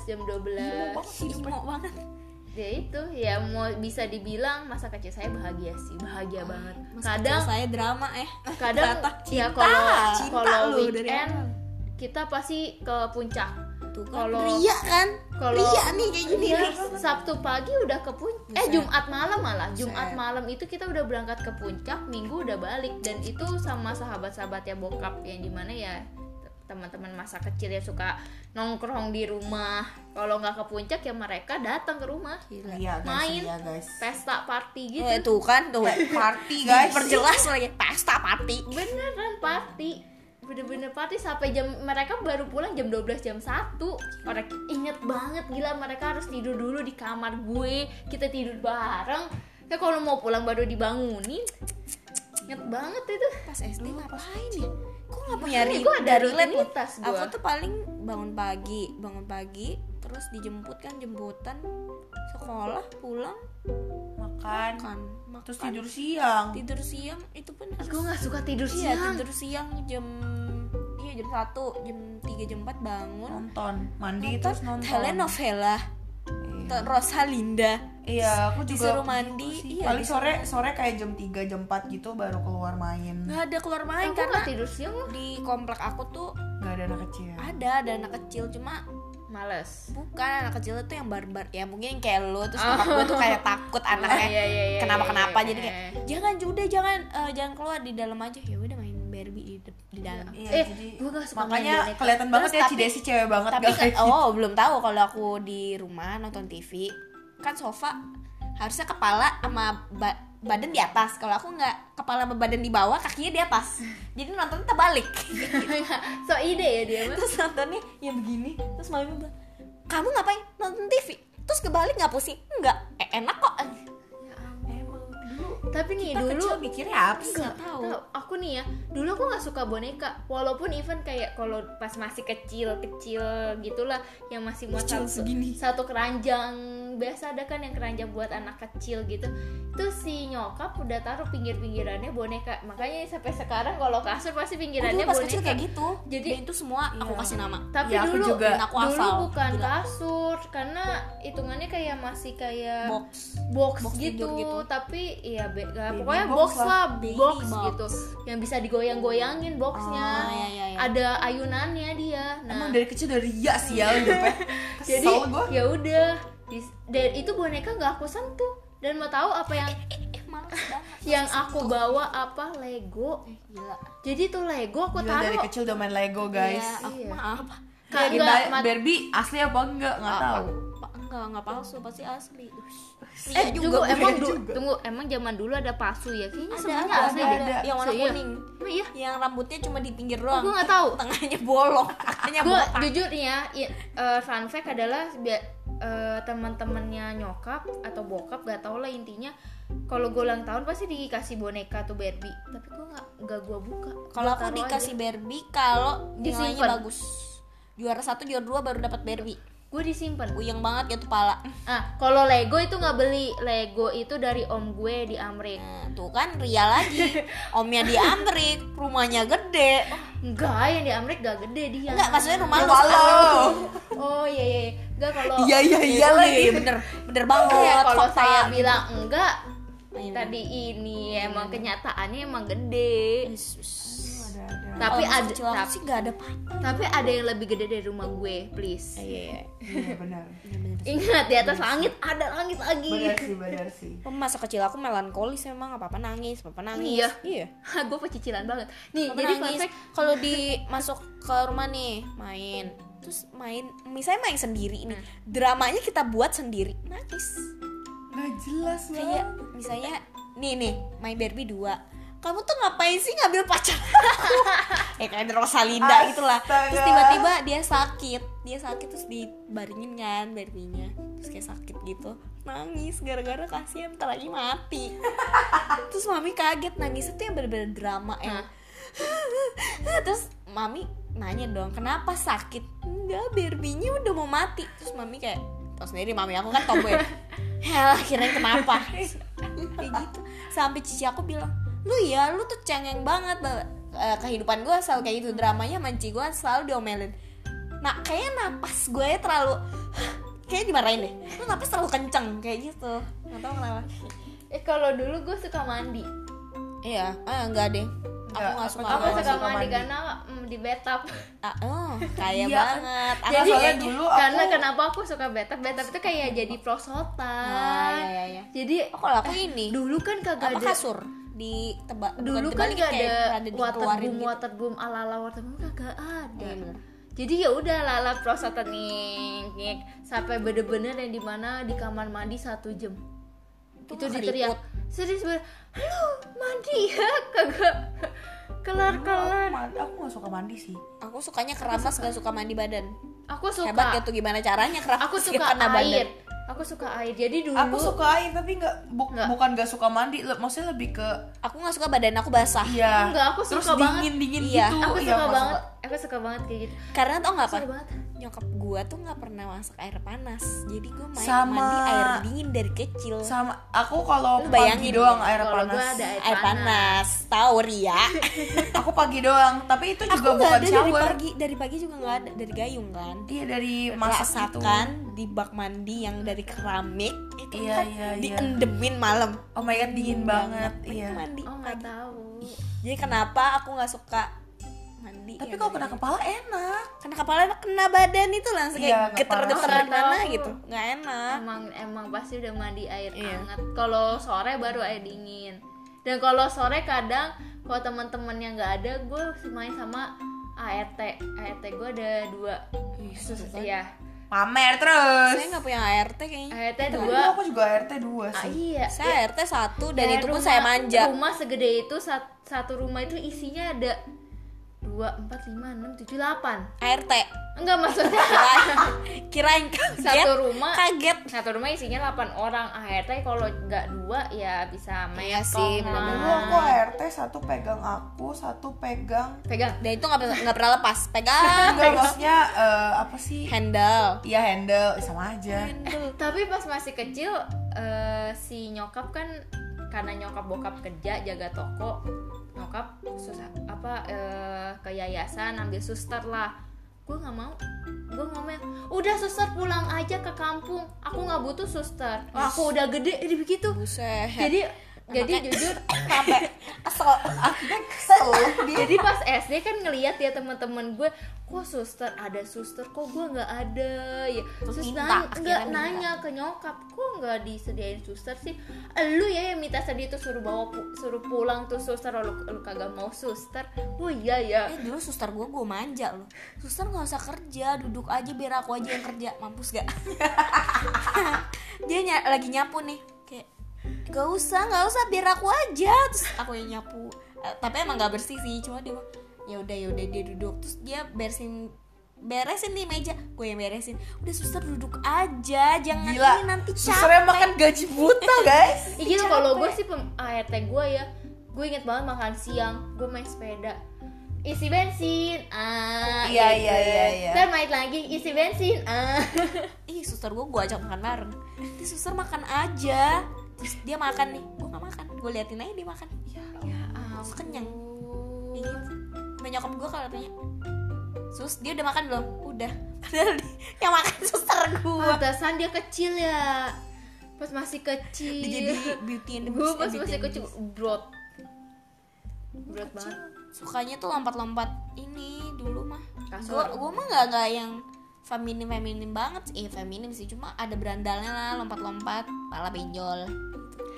C: jam 12
A: imo banget
C: ya itu ya mau bisa dibilang masa kecil saya bahagia sih bahagia banget
A: Mas
C: kadang
A: kecil saya drama eh
C: [LAUGHS] kadang
A: Ternyata
C: ya kalau
B: Cinta
C: kalau
B: lu dari
C: weekend
B: awal.
C: kita pasti ke puncak
A: tuh kan
C: kalau-
A: ria kan
C: kalau
A: ria nih kayak gini
C: Iya,
A: nih
C: Sabtu pagi udah ke puncak. Eh Jumat malam malah. Jumat malam itu kita udah berangkat ke puncak, Minggu udah balik dan itu sama sahabat-sahabatnya bokap yang dimana ya teman-teman masa kecil yang suka nongkrong di rumah. Kalau nggak ke puncak ya mereka datang ke rumah.
B: Iya guys,
C: Main.
B: iya guys.
C: Pesta party gitu.
A: Eh, tuh kan tuh
B: Party guys.
A: perjelas lagi pesta party
C: Beneran party bener-bener party sampai jam mereka baru pulang jam 12 jam 1 orang inget banget gila mereka harus tidur dulu di kamar gue kita tidur bareng ya kalau mau pulang baru dibangunin inget banget itu
A: pas SD ngapain ya? Kok nggak punya
C: Makanya
A: ri-
C: gua ada
A: dari lab loh?
C: rutinitas gua.
A: Aku tuh paling bangun pagi, bangun pagi, terus dijemput kan jemputan sekolah, pulang,
B: Makan.
A: makan, makan.
B: Terus tidur siang.
A: Tidur siang itu pun harus
C: gue nggak suka tidur
A: iya,
C: siang
A: tidur siang jam iya jam 1, jam 3, jam 4 bangun.
B: Nonton, mandi terus nonton.
A: telenovela,
B: Iya.
A: Te- Rosalinda.
B: Iya, aku juga
A: Disuruh
B: begitu
A: mandi,
B: sih.
A: iya,
B: Paling sore
A: disuruh-
B: sore kayak jam 3 jam 4 gitu baru keluar main.
A: nggak ada keluar main
C: aku
A: karena
C: nggak tidur siang loh.
A: di komplek aku tuh
B: Gak ada anak kecil.
A: ada ada anak kecil cuma
C: males [LAUGHS]
A: bukan anak kecil itu yang barbar ya mungkin yang kayak lu terus nyokap gue tuh kayak takut anaknya
C: Oh. Iya, iya, iya,
A: kenapa
C: iya,
A: kenapa
C: iya,
A: jadi kayak
C: iya.
A: jangan udah jangan eh, jangan keluar di dalam aja ya udah main Barbie di, de- di dalam
B: Iya,
C: Eh,
B: jadi
C: gua nggak suka
B: makanya
C: main boneka.
B: kelihatan banget
A: Terus
B: ya
A: tapi-
B: Cidesi cewek banget
A: tapi
B: guys.
A: kan oh belum tahu kalau aku di rumah nonton TV kan sofa harusnya kepala sama ba- badan di atas kalau aku nggak kepala sama badan di bawah kakinya di atas jadi nonton terbalik
C: so ide ya dia mah
A: terus nontonnya yang begini terus mami bilang kamu Ya ngapain nonton TV terus kebalik nggak pusing nggak eh, enak kok
B: Emang
C: tapi nih
D: Kita
C: dulu
D: kecil mikirnya apa sih?
C: Enggak
D: Nggak tahu.
C: tahu. Aku nih ya, dulu aku nggak suka boneka. Walaupun even kayak kalau pas masih kecil kecil gitulah, yang masih buat
B: Kecil
C: satu,
B: segini.
C: satu keranjang biasa ada kan yang keranjang buat anak kecil gitu. Itu si nyokap udah taruh pinggir pinggirannya boneka. Makanya sampai sekarang kalau kasur pasti
A: Gue
C: pinggirannya
A: dulu pas
C: boneka.
A: kecil kayak gitu.
C: Jadi-
A: Dan itu semua aku
B: Iya.
A: kasih nama.
C: Tapi
B: Ya, aku
C: dulu
B: juga.
A: Dan aku
C: dulu
A: hafal.
C: bukan
A: Gila.
C: kasur karena hitungannya kayak masih kayak
A: Box.
C: box,
A: Box
C: gitu,
A: tidur gitu.
C: tapi ya be- ya,
B: Baby
C: pokoknya box,
B: box lah.
C: lah,
A: Baby
C: box,
A: box.
C: gitu yang bisa digoyang-goyangin boxnya
A: Ah, iya, iya, iya.
C: ada ayunannya dia nah
B: Emang dari kecil udah ria sih ya
C: [LAUGHS]
B: hidupnya.
C: jadi
B: Kesel gue.
C: ya udah Dis- dan itu boneka nggak aku sentuh dan mau tahu apa yang
A: Eh, [LAUGHS] males banget.
C: yang aku bawa apa Lego
A: Eh, Gila.
C: jadi tuh Lego aku
B: Gila dari
C: taruh
B: kecil udah main Lego guys.
A: Iya, aku
C: Iya.
A: maaf.
C: Kagak,
B: Kita
C: mat-
B: Barbie asli apa enggak nggak tahu.
A: Pa- enggak, enggak palsu, pasti asli.
C: eh tunggu
B: juga,
C: emang
B: iya
C: du-
B: juga.
C: tunggu emang zaman dulu ada palsu ya kayaknya
A: Ada,
C: sebenarnya
A: ada,
C: asli
A: ada,
C: deh.
B: ada.
A: Yang warna
C: Iya.
A: kuning.
C: Emang iya
A: Yang rambutnya cuma di pinggir doang.
C: gue nggak tahu
A: Tengahnya [LAUGHS] bolong, kakaknya
C: gue
A: botak.
C: jujur nih ya i- eh, fun fact adalah bia- eh, teman-temannya nyokap atau bokap gak tau lah intinya kalau gue ulang tahun pasti dikasih boneka tuh Barbie tapi gue nggak nggak gue buka
A: Kalau
C: Gua
A: aku
C: taruh
A: dikasih Barbie kalau nilainya
C: Disimpan.
A: bagus. Juara satu, juara dua baru dapat Barbie.
C: aja. gue disimpan
A: Uyang banget gitu pala.
C: ah kalau Lego itu nggak beli Lego itu dari om gue di Amrik
A: Nah, tuh kan Ria lagi. [LAUGHS] Omnya di Amrik, rumahnya gede.
C: enggak yang di Amrik gak gede dia
A: Enggak, maksudnya rumah lu
B: Rumah lo.
A: sekarang.
C: oh iya iya enggak kalau
B: Iya iya iya
A: Oh,
B: lagi.
A: bener, bener
C: Iya,
A: banget.
C: kalau
A: Oh, fakta.
C: saya bilang enggak
A: Iya, bener.
C: tadi ini emang kenyataannya emang gede
A: Yesus.
B: Ada ada.
C: tapi
A: Kalau
C: ada
A: kecil aku
C: tapi,
A: sih nggak ada apa-apa.
C: tapi ada yang lebih gede dari rumah gue please
A: Iya.
B: Iya benar.
C: ingat di atas langit ada langit lagi
B: Benar sih benar sih.
A: Masa kecil aku melankolis memang apa-apa nangis, apa-apa nangis.
C: Iya.
A: Iya.
C: Hah, [LAUGHS] gue pecicilan banget nih
A: Papa
C: jadi fun
A: nangis.
C: fact
A: kalau di masuk ke rumah nih main terus main misalnya main sendiri nih dramanya kita buat sendiri nangis
B: Gak jelas banget.
A: kayak misalnya nih nih main Barbie dua kamu tuh ngapain sih ngambil pacar eh kayak ada Rosalinda gitulah terus
B: Astaga.
A: tiba-tiba dia sakit dia sakit terus dibaringin kan Barbie-nya terus kayak sakit gitu nangis gara-gara kasihan ntar lagi mati terus mami kaget nangis itu yang bener-bener drama ya Eh, terus mami nanya dong kenapa sakit enggak Barbie-nya udah mau mati terus mami kayak tau sendiri mami aku kan [LAUGHS] tomboy Yalah kirain kenapa [LAUGHS] Kayak gitu Sampai cici aku bilang Lu ya lu tuh cengeng banget Eh, Kehidupan gue selalu kayak gitu Dramanya manci gue selalu diomelin Nah kayaknya napas gue terlalu Kayaknya dimarahin deh Lu napas terlalu kenceng kayak gitu Gak tau kenapa
C: eh kalau dulu gue suka mandi
A: Iya ah, enggak deh Aku
B: Enggak,
A: gak
B: aku juga
A: suka
C: aku
B: nggak
A: banget.
C: suka
B: suka
C: mandi
B: mandi.
C: karena mm, di bathtub [LAUGHS]
A: Ah, oh, Kaya
B: Iya.
A: banget Aku
B: Jadi soalnya
A: kayak-
B: dulu aku
C: karena kenapa aku suka bathtub bathtub itu kayak jadi prosotan
A: Ah, iya, iya, iya.
C: jadi
A: Oh, kalau aku ini
C: dulu kan kagak
A: Apa
C: ada
A: kasur di tebak
C: dulu kan
A: ya,
C: gak ada waterboom waterboom ala ala waterboom kagak ada
A: gitu. Iya, bener.
C: jadi ya udah lala prosotan nih ngik. sampai bener-bener yang dimana di kamar mandi satu jam itu,
A: Itu mah
C: diteriak serius bener halo mandi ya kagak kelar kelar
B: Man- aku gak suka mandi sih.
A: Aku sukanya keramas gak suka mandi badan
C: aku suka
A: Hebat ya tuh gimana caranya keramas
C: aku
A: gak
C: suka
A: kena
C: air
A: badan
C: aku suka air jadi dulu
B: Aku suka air tapi nggak bu-
C: Iya. Nggak.
B: bukan nggak suka mandi, le- maksudnya lebih ke
A: Aku gak suka badan aku basah
B: iya.
C: Nggak, Ah, aku
B: Terus
C: suka banget.
B: dingin dingin
A: Iya.
B: gitu.
C: aku
B: Iya,
C: suka
B: nggak
C: banget aku suka banget kayak gitu
A: Karena tau gak apa
C: Seru banget
A: Nyokap gua tuh gak pernah masak air panas Jadi gua main
B: Sama.
A: mandi air dingin dari kecil
B: Sama aku kalau
A: Lu
B: pagi
A: bayangin
B: doang
A: ya,
B: air
C: kalau
B: panas.
C: gua ada air,
A: Air panas Tau Ria
B: [LAUGHS] Aku pagi doang, tapi [LAUGHS] itu
A: Aku
B: juga
A: gak
B: bukan
A: ada dari
B: shower.
A: pagi Dari pagi juga gak ada Dari gayung kan
B: Iya dari masak gitu.
A: Masakan di bak mandi yang dari keramik Itu
B: Iya,
A: kan
B: iya, iya.
A: diendemin malam
B: Oh my god dingin banget, iya.
A: Itu mandi
C: oh nggak
A: pagi.
C: tahu
A: Jadi kenapa aku gak suka mandi
B: Tapi
A: ya
B: kalau
A: dari-
B: kena kepala enak.
A: kena kepala kena badan itu langsung
B: Iya,
A: kayak
B: nggak
A: geter-geteran
C: parah.
A: mana gitu nggak enak
C: emang emang pasti udah mandi air
A: Iya.
C: hangat kalau sore baru air dingin dan kalau sore kadang kalau teman-teman yang nggak ada gue main sama E ART ART gue ada dua ya
B: Iya. Pamer
C: Oh.
B: terus.
A: saya nggak punya ART kayaknya
C: ART
B: Tapi dulu
C: E dua
B: aku juga ART 2
C: ah,
B: sih.
C: iya
A: saya ART satu dan
C: Kayak
A: itu pun
C: rumah-
A: saya manja
C: rumah segede itu sat- satu rumah itu isinya ada dua empat lima enam tujuh delapan
A: ART [LAUGHS]
C: enggak maksudnya
A: Gila. kirain kaget
C: satu rumah
A: kaget
C: satu rumah isinya 8 orang ART kalau nggak dua ya bisa
D: Iya
C: metong
D: sih,
C: lah.
B: Dulu aku ART satu pegang aku, satu pegang
C: pegang
A: dan itu nggak nggak pernah lepas Ah, pegang
C: Iya.
B: Enggak maksudnya eh, apa sih?
A: handle
B: Iya handle eh, sama aja.
A: Iya,
C: tapi pas masih kecil eh, si nyokap kan karena nyokap bokap kerja jaga toko nyokap susah apa eh, ke yayasan ambil suster lah gue nggak mau gue ngomel udah suster pulang aja ke kampung aku nggak butuh suster oh, aku udah gede jadi begitu
A: buset
C: jadi jadi jujur [LAUGHS]
A: sampai asal
B: Kesel dia.
C: jadi pas SD kan ngelihat ya teman-teman gue kok suster ada suster kok gue nggak ada ya terus,
A: minta,
C: nanya-
A: akhirnya
C: nggak
A: minta.
C: nanya ke nyokap kok nggak disediain suster sih lu ya yang minta sedih tuh suruh bawa pu- suruh pulang tuh suster lu, lu kagak mau suster oh iya ya
A: Eh dulu suster gue gue manja loh Suster gak usah kerja Duduk aja biar aku aja yang kerja Mampus gak? [LAUGHS] Dia nya- lagi nyapu nih Kayak Gak usah gak usah biar aku aja Terus aku yang nyapu Eh, Tapi emang gak bersih sih Cuma dia bilang, ya udah ya udah dia duduk Terus dia bersin beresin nih meja gue yang beresin udah suster duduk aja jangan
B: Gila.
A: ini nanti capek
B: Susternya makan gaji
A: [LAUGHS]
B: buta, guys.
C: Ih, gitu kalau gue sih pem- ART gue ya gue inget banget makan siang gue main sepeda isi bensin ah
B: Iya, iya, iya, iya.
C: Ntar main lagi isi bensin ah
A: ih suster gue gue ajak makan bareng nanti suster makan aja terus dia makan nih gue gak makan gue liatin aja dia makan ya, terus kenyang Kayak gitu. Sama nyokap gue kalau tanya sus dia udah makan belum udah [LAUGHS] padahal dia- yang makan suster
B: Ah.
A: gue
C: Pantesan dia kecil ya Pas masih kecil
A: jadi
C: [LAUGHS]
A: beauty and the
C: Gue
A: Beast,
C: pas
A: eh, Beauty
C: masih
A: and the
C: kecil
A: Beast.
C: Brot Brot banget
A: sukanya tuh lompat-lompat ini dulu mah
C: Kasur.
A: gue gue mah gak gak yang feminim feminim banget eh feminim sih cuma ada berandalnya lah lompat-lompat pala benjol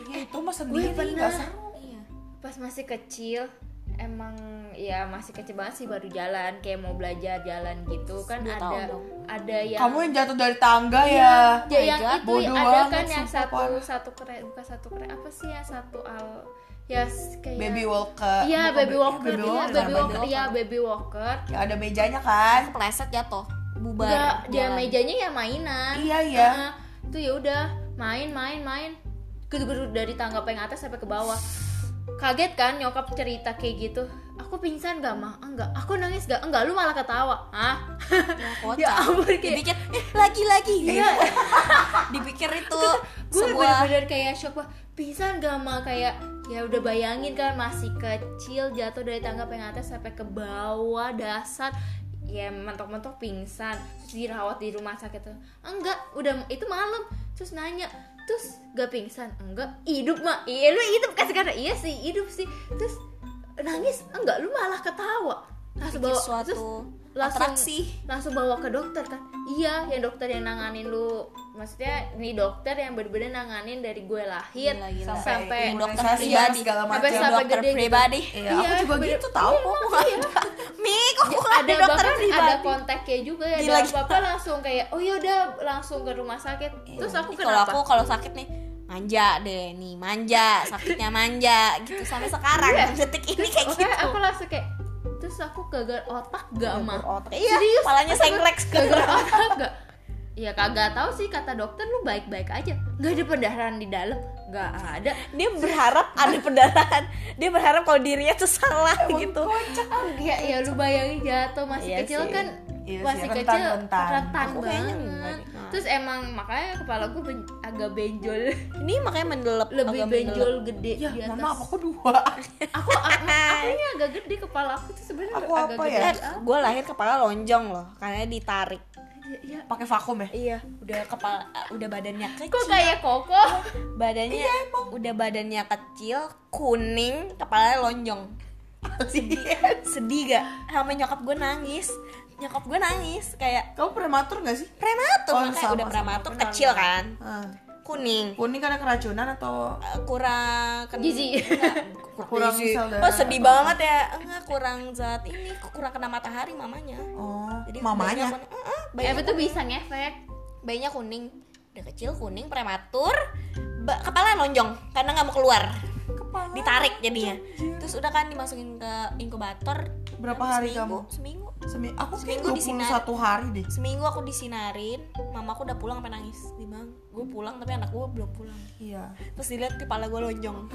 B: Iya, itu mah sendiri enggak seru.
A: iya
C: Pas masih kecil Emang ya masih kecil banget sih baru jalan Kayak mau belajar jalan gitu Kan
A: Dua tahun
C: ada
A: dong.
C: ada yang
B: Kamu yang jatuh dari tangga ya.
C: Ya, Iya. yang
A: God,
C: itu
B: bodoh
C: ada
B: banget,
C: kan yang
B: sumpah
C: satu
B: parah.
C: satu keren bukan satu keren apa sih yang satu al ya s- kayak
B: Baby Walker.
C: Iya
B: Bukan
C: baby
B: ba-
C: walker,
B: Baby
C: iya,
B: Walker.
C: baby walker,
A: Walker.
C: iya baby walker.
B: Yang ada mejanya kan.
A: kepleset jatuh bubar
C: Enggak, dia
A: jalan.
C: mejanya ya mainan.
B: Iya, iya.
C: Nah, tuh ya udah main main main. Gedor-gedor dari tangga paling atas sampai ke bawah. Kaget kan nyokap cerita kayak gitu. Aku pingsan gak mah? Enggak. Aku nangis gak? Enggak, lu malah ketawa. Hah?
A: kocak.
C: ya ampun kayak
A: dipikir "Eh, lagi-lagi
C: Iya.
A: dipikir itu
C: gue
A: sebuah
C: bener-bener kayak shock wah pingsan gak mah kayak ya udah bayangin kan masih kecil jatuh dari tangga paling atas sampai ke bawah dasar ya mentok-mentok pingsan terus dirawat di rumah sakit enggak udah itu malam terus nanya terus gak pingsan enggak hidup mah iya lu hidup kan sekarang iya sih hidup sih terus nangis enggak lu malah ketawa langsung
A: Bikin
C: bawa
A: suatu
C: terus langsung-
A: atraksi.
C: langsung bawa ke dokter kan iya yang dokter yang nanganin lu maksudnya ini dokter yang bener-bener nanganin dari gue lahir
A: Gila, gila.
C: Iya,
A: Iya,
C: sampai
B: Sampai
C: sampai
B: imunisasi
A: dokter pribadi
B: segala macam.
C: sampai sampai
A: dokter
C: gede gitu.
A: pribadi
B: Iya, aku juga
C: bener-
B: gitu tahu kok.
C: emang,
B: [LAUGHS]
C: iya.
A: mi kok aku
C: ada
A: dokter
C: bahkan
A: pribadi
C: ada kontaknya juga ya
A: Gila, Iya.
C: dan bapak langsung kayak oh yaudah langsung ke rumah sakit terus aku
A: Ih, kalau
C: kenapa
A: aku kalau sakit nih manja deh nih manja sakitnya manja gitu sampai sekarang
C: Iya.
A: detik ini kayak
C: Oke,
A: gitu
C: aku langsung kayak terus aku gagal otak gak mah
B: Otak.
A: iya
C: Oh, serius,
A: palanya sengklek
C: gagal otak gak ya kagak tahu sih kata dokter lu baik-baik aja nggak ada pendarahan di dalam nggak ada
A: dia berharap ada pendarahan dia berharap kalau dirinya tuh salah gitu
C: ya ya lu bayangin jatuh masih
A: Iya
C: kecil
A: sih.
C: kan
B: Iya sih,
C: masih
B: rentan-
C: kecil
B: rentan.
C: rentan
A: Aku kayaknya
C: banget
A: enggak deh. Nah.
C: terus emang makanya kepala gue ben- agak benjol
A: ini makanya mendelep
C: [LAUGHS] lebih
A: agak mendelep.
C: benjol gede
B: Ya,
C: di atas
B: mama apa aku dua? [LAUGHS]
C: aku aku ini agak gede kepala aku tuh sebenarnya
B: Aku
C: agak
B: apa
C: gede
B: ya?
A: eh, gue lahir kepala lonjong loh karena ditarik
C: Ya, ya.
B: Pakai vakum ya? [LAUGHS]
A: iya udah kepala udah badannya
C: kok
A: kecil
C: kayak koko
A: badannya
B: Iya,
A: udah badannya kecil kuning kepalanya lonjong sedih gak sama nyokap gue nangis nyokap gue nangis kayak
B: Kamu prematur gak sih?
A: prematur
B: Oh,
A: makanya
B: sama,
A: udah
B: sama.
A: prematur
B: Aku
A: kecil kan
B: Ah.
A: kuning
B: Kuning karena keracunan atau
A: Eh, kurang kena-
C: Gizi.
A: enggak, kurang,
B: [LAUGHS] Kurang
A: gizi.
B: sel darah
A: oh sedih
B: atau
A: banget ya enggak kurang zat ini kurang kena matahari mamanya
B: oh
A: jadi
B: mamanya?
A: bayinya, kuning. Eh, eh,
C: Emang
A: bayinya,
C: tuh bisa ngefek
A: bayinya kuning udah kecil kuning prematur ba- kepala lonjong karena nggak mau keluar ditarik jadinya terus udah kan dimasukin ke inkubator
B: Iya. Berapa hari
A: seminggu,
B: kamu?
A: seminggu
B: Semi aku kayak
A: Seminggu di sini
B: 21 hari deh.
A: Seminggu aku disinarin, mamaku udah pulang sampai nangis. Di bang, gue pulang tapi anak gue belum pulang.
B: Iya.
A: Terus dilihat kepala gue
B: [LAUGHS]
A: lonjong.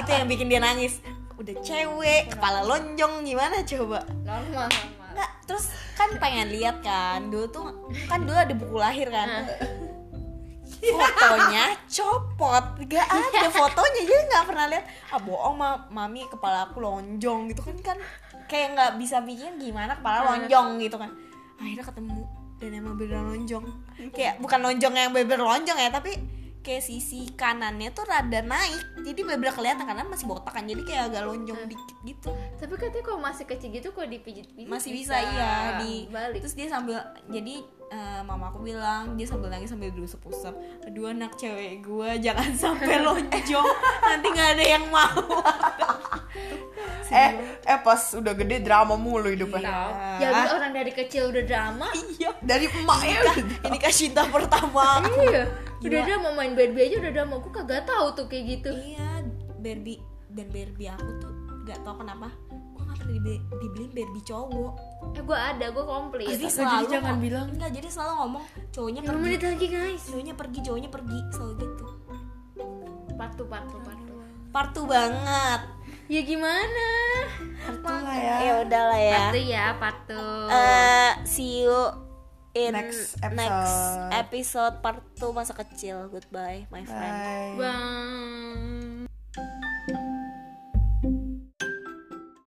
A: Itu yang bikin dia nangis. Udah cewek, kepala lonjong gimana coba?
C: normal normal
A: Enggak, terus kan pengen lihat kan. Dulu tuh kan dulu ada buku lahir kan. Fotonya copot, gak ada fotonya jadi nggak pernah lihat. Ah bohong ma- mami kepala aku lonjong gitu kan kan kayak nggak bisa bikin gimana kepala lonjong gitu kan. Akhirnya ketemu dan emang bener lonjong. Kayak bukan lonjong yang bener lonjong ya tapi kayak sisi kanannya tuh rada naik jadi bener kelihatan karena masih botak kan jadi kayak agak lonjong dikit gitu
C: tapi katanya kalau masih kecil gitu kalau dipijit pijit
A: masih bisa, iya di
C: balik
A: terus dia sambil jadi eh, mama aku bilang dia sambil nangis sambil diusap-usap aduh anak cewek gue jangan [LAUGHS] sampai lonjong nanti nggak ada yang mau [LAUGHS]
B: Eh, eh pas udah gede drama mulu hidupnya.
C: tahu ya
B: [LAUGHS] Ah.
C: orang dari kecil udah drama
A: iya
B: Dari emaknya udah
A: ini kak cinta pertama aku
C: iya udah drama main Barbie aja udah drama aku kagak tahu tuh kayak gitu
A: iya Barbie dan Barbie aku tuh nggak tahu kenapa gue nggak pernah dibe- dibeliin Barbie cowok
C: eh gue ada gue komplit
A: jadi
B: jadi
A: selalu
B: jangan
A: ngo-
B: bilang.
A: enggak jadi selalu ngomong cowoknya
C: 5
A: pergi
C: menit lagi guys
A: cowoknya pergi cowoknya pergi selalu gitu
C: patu patu patu
A: partu banget
C: ya gimana
B: Kartu lah ya.
E: ya udahlah ya
C: patu ya patu
E: Eh, see you in
B: Next
E: next
B: episode.
E: episode, part 2 masa kecil goodbye my friend
B: Bye.
C: bang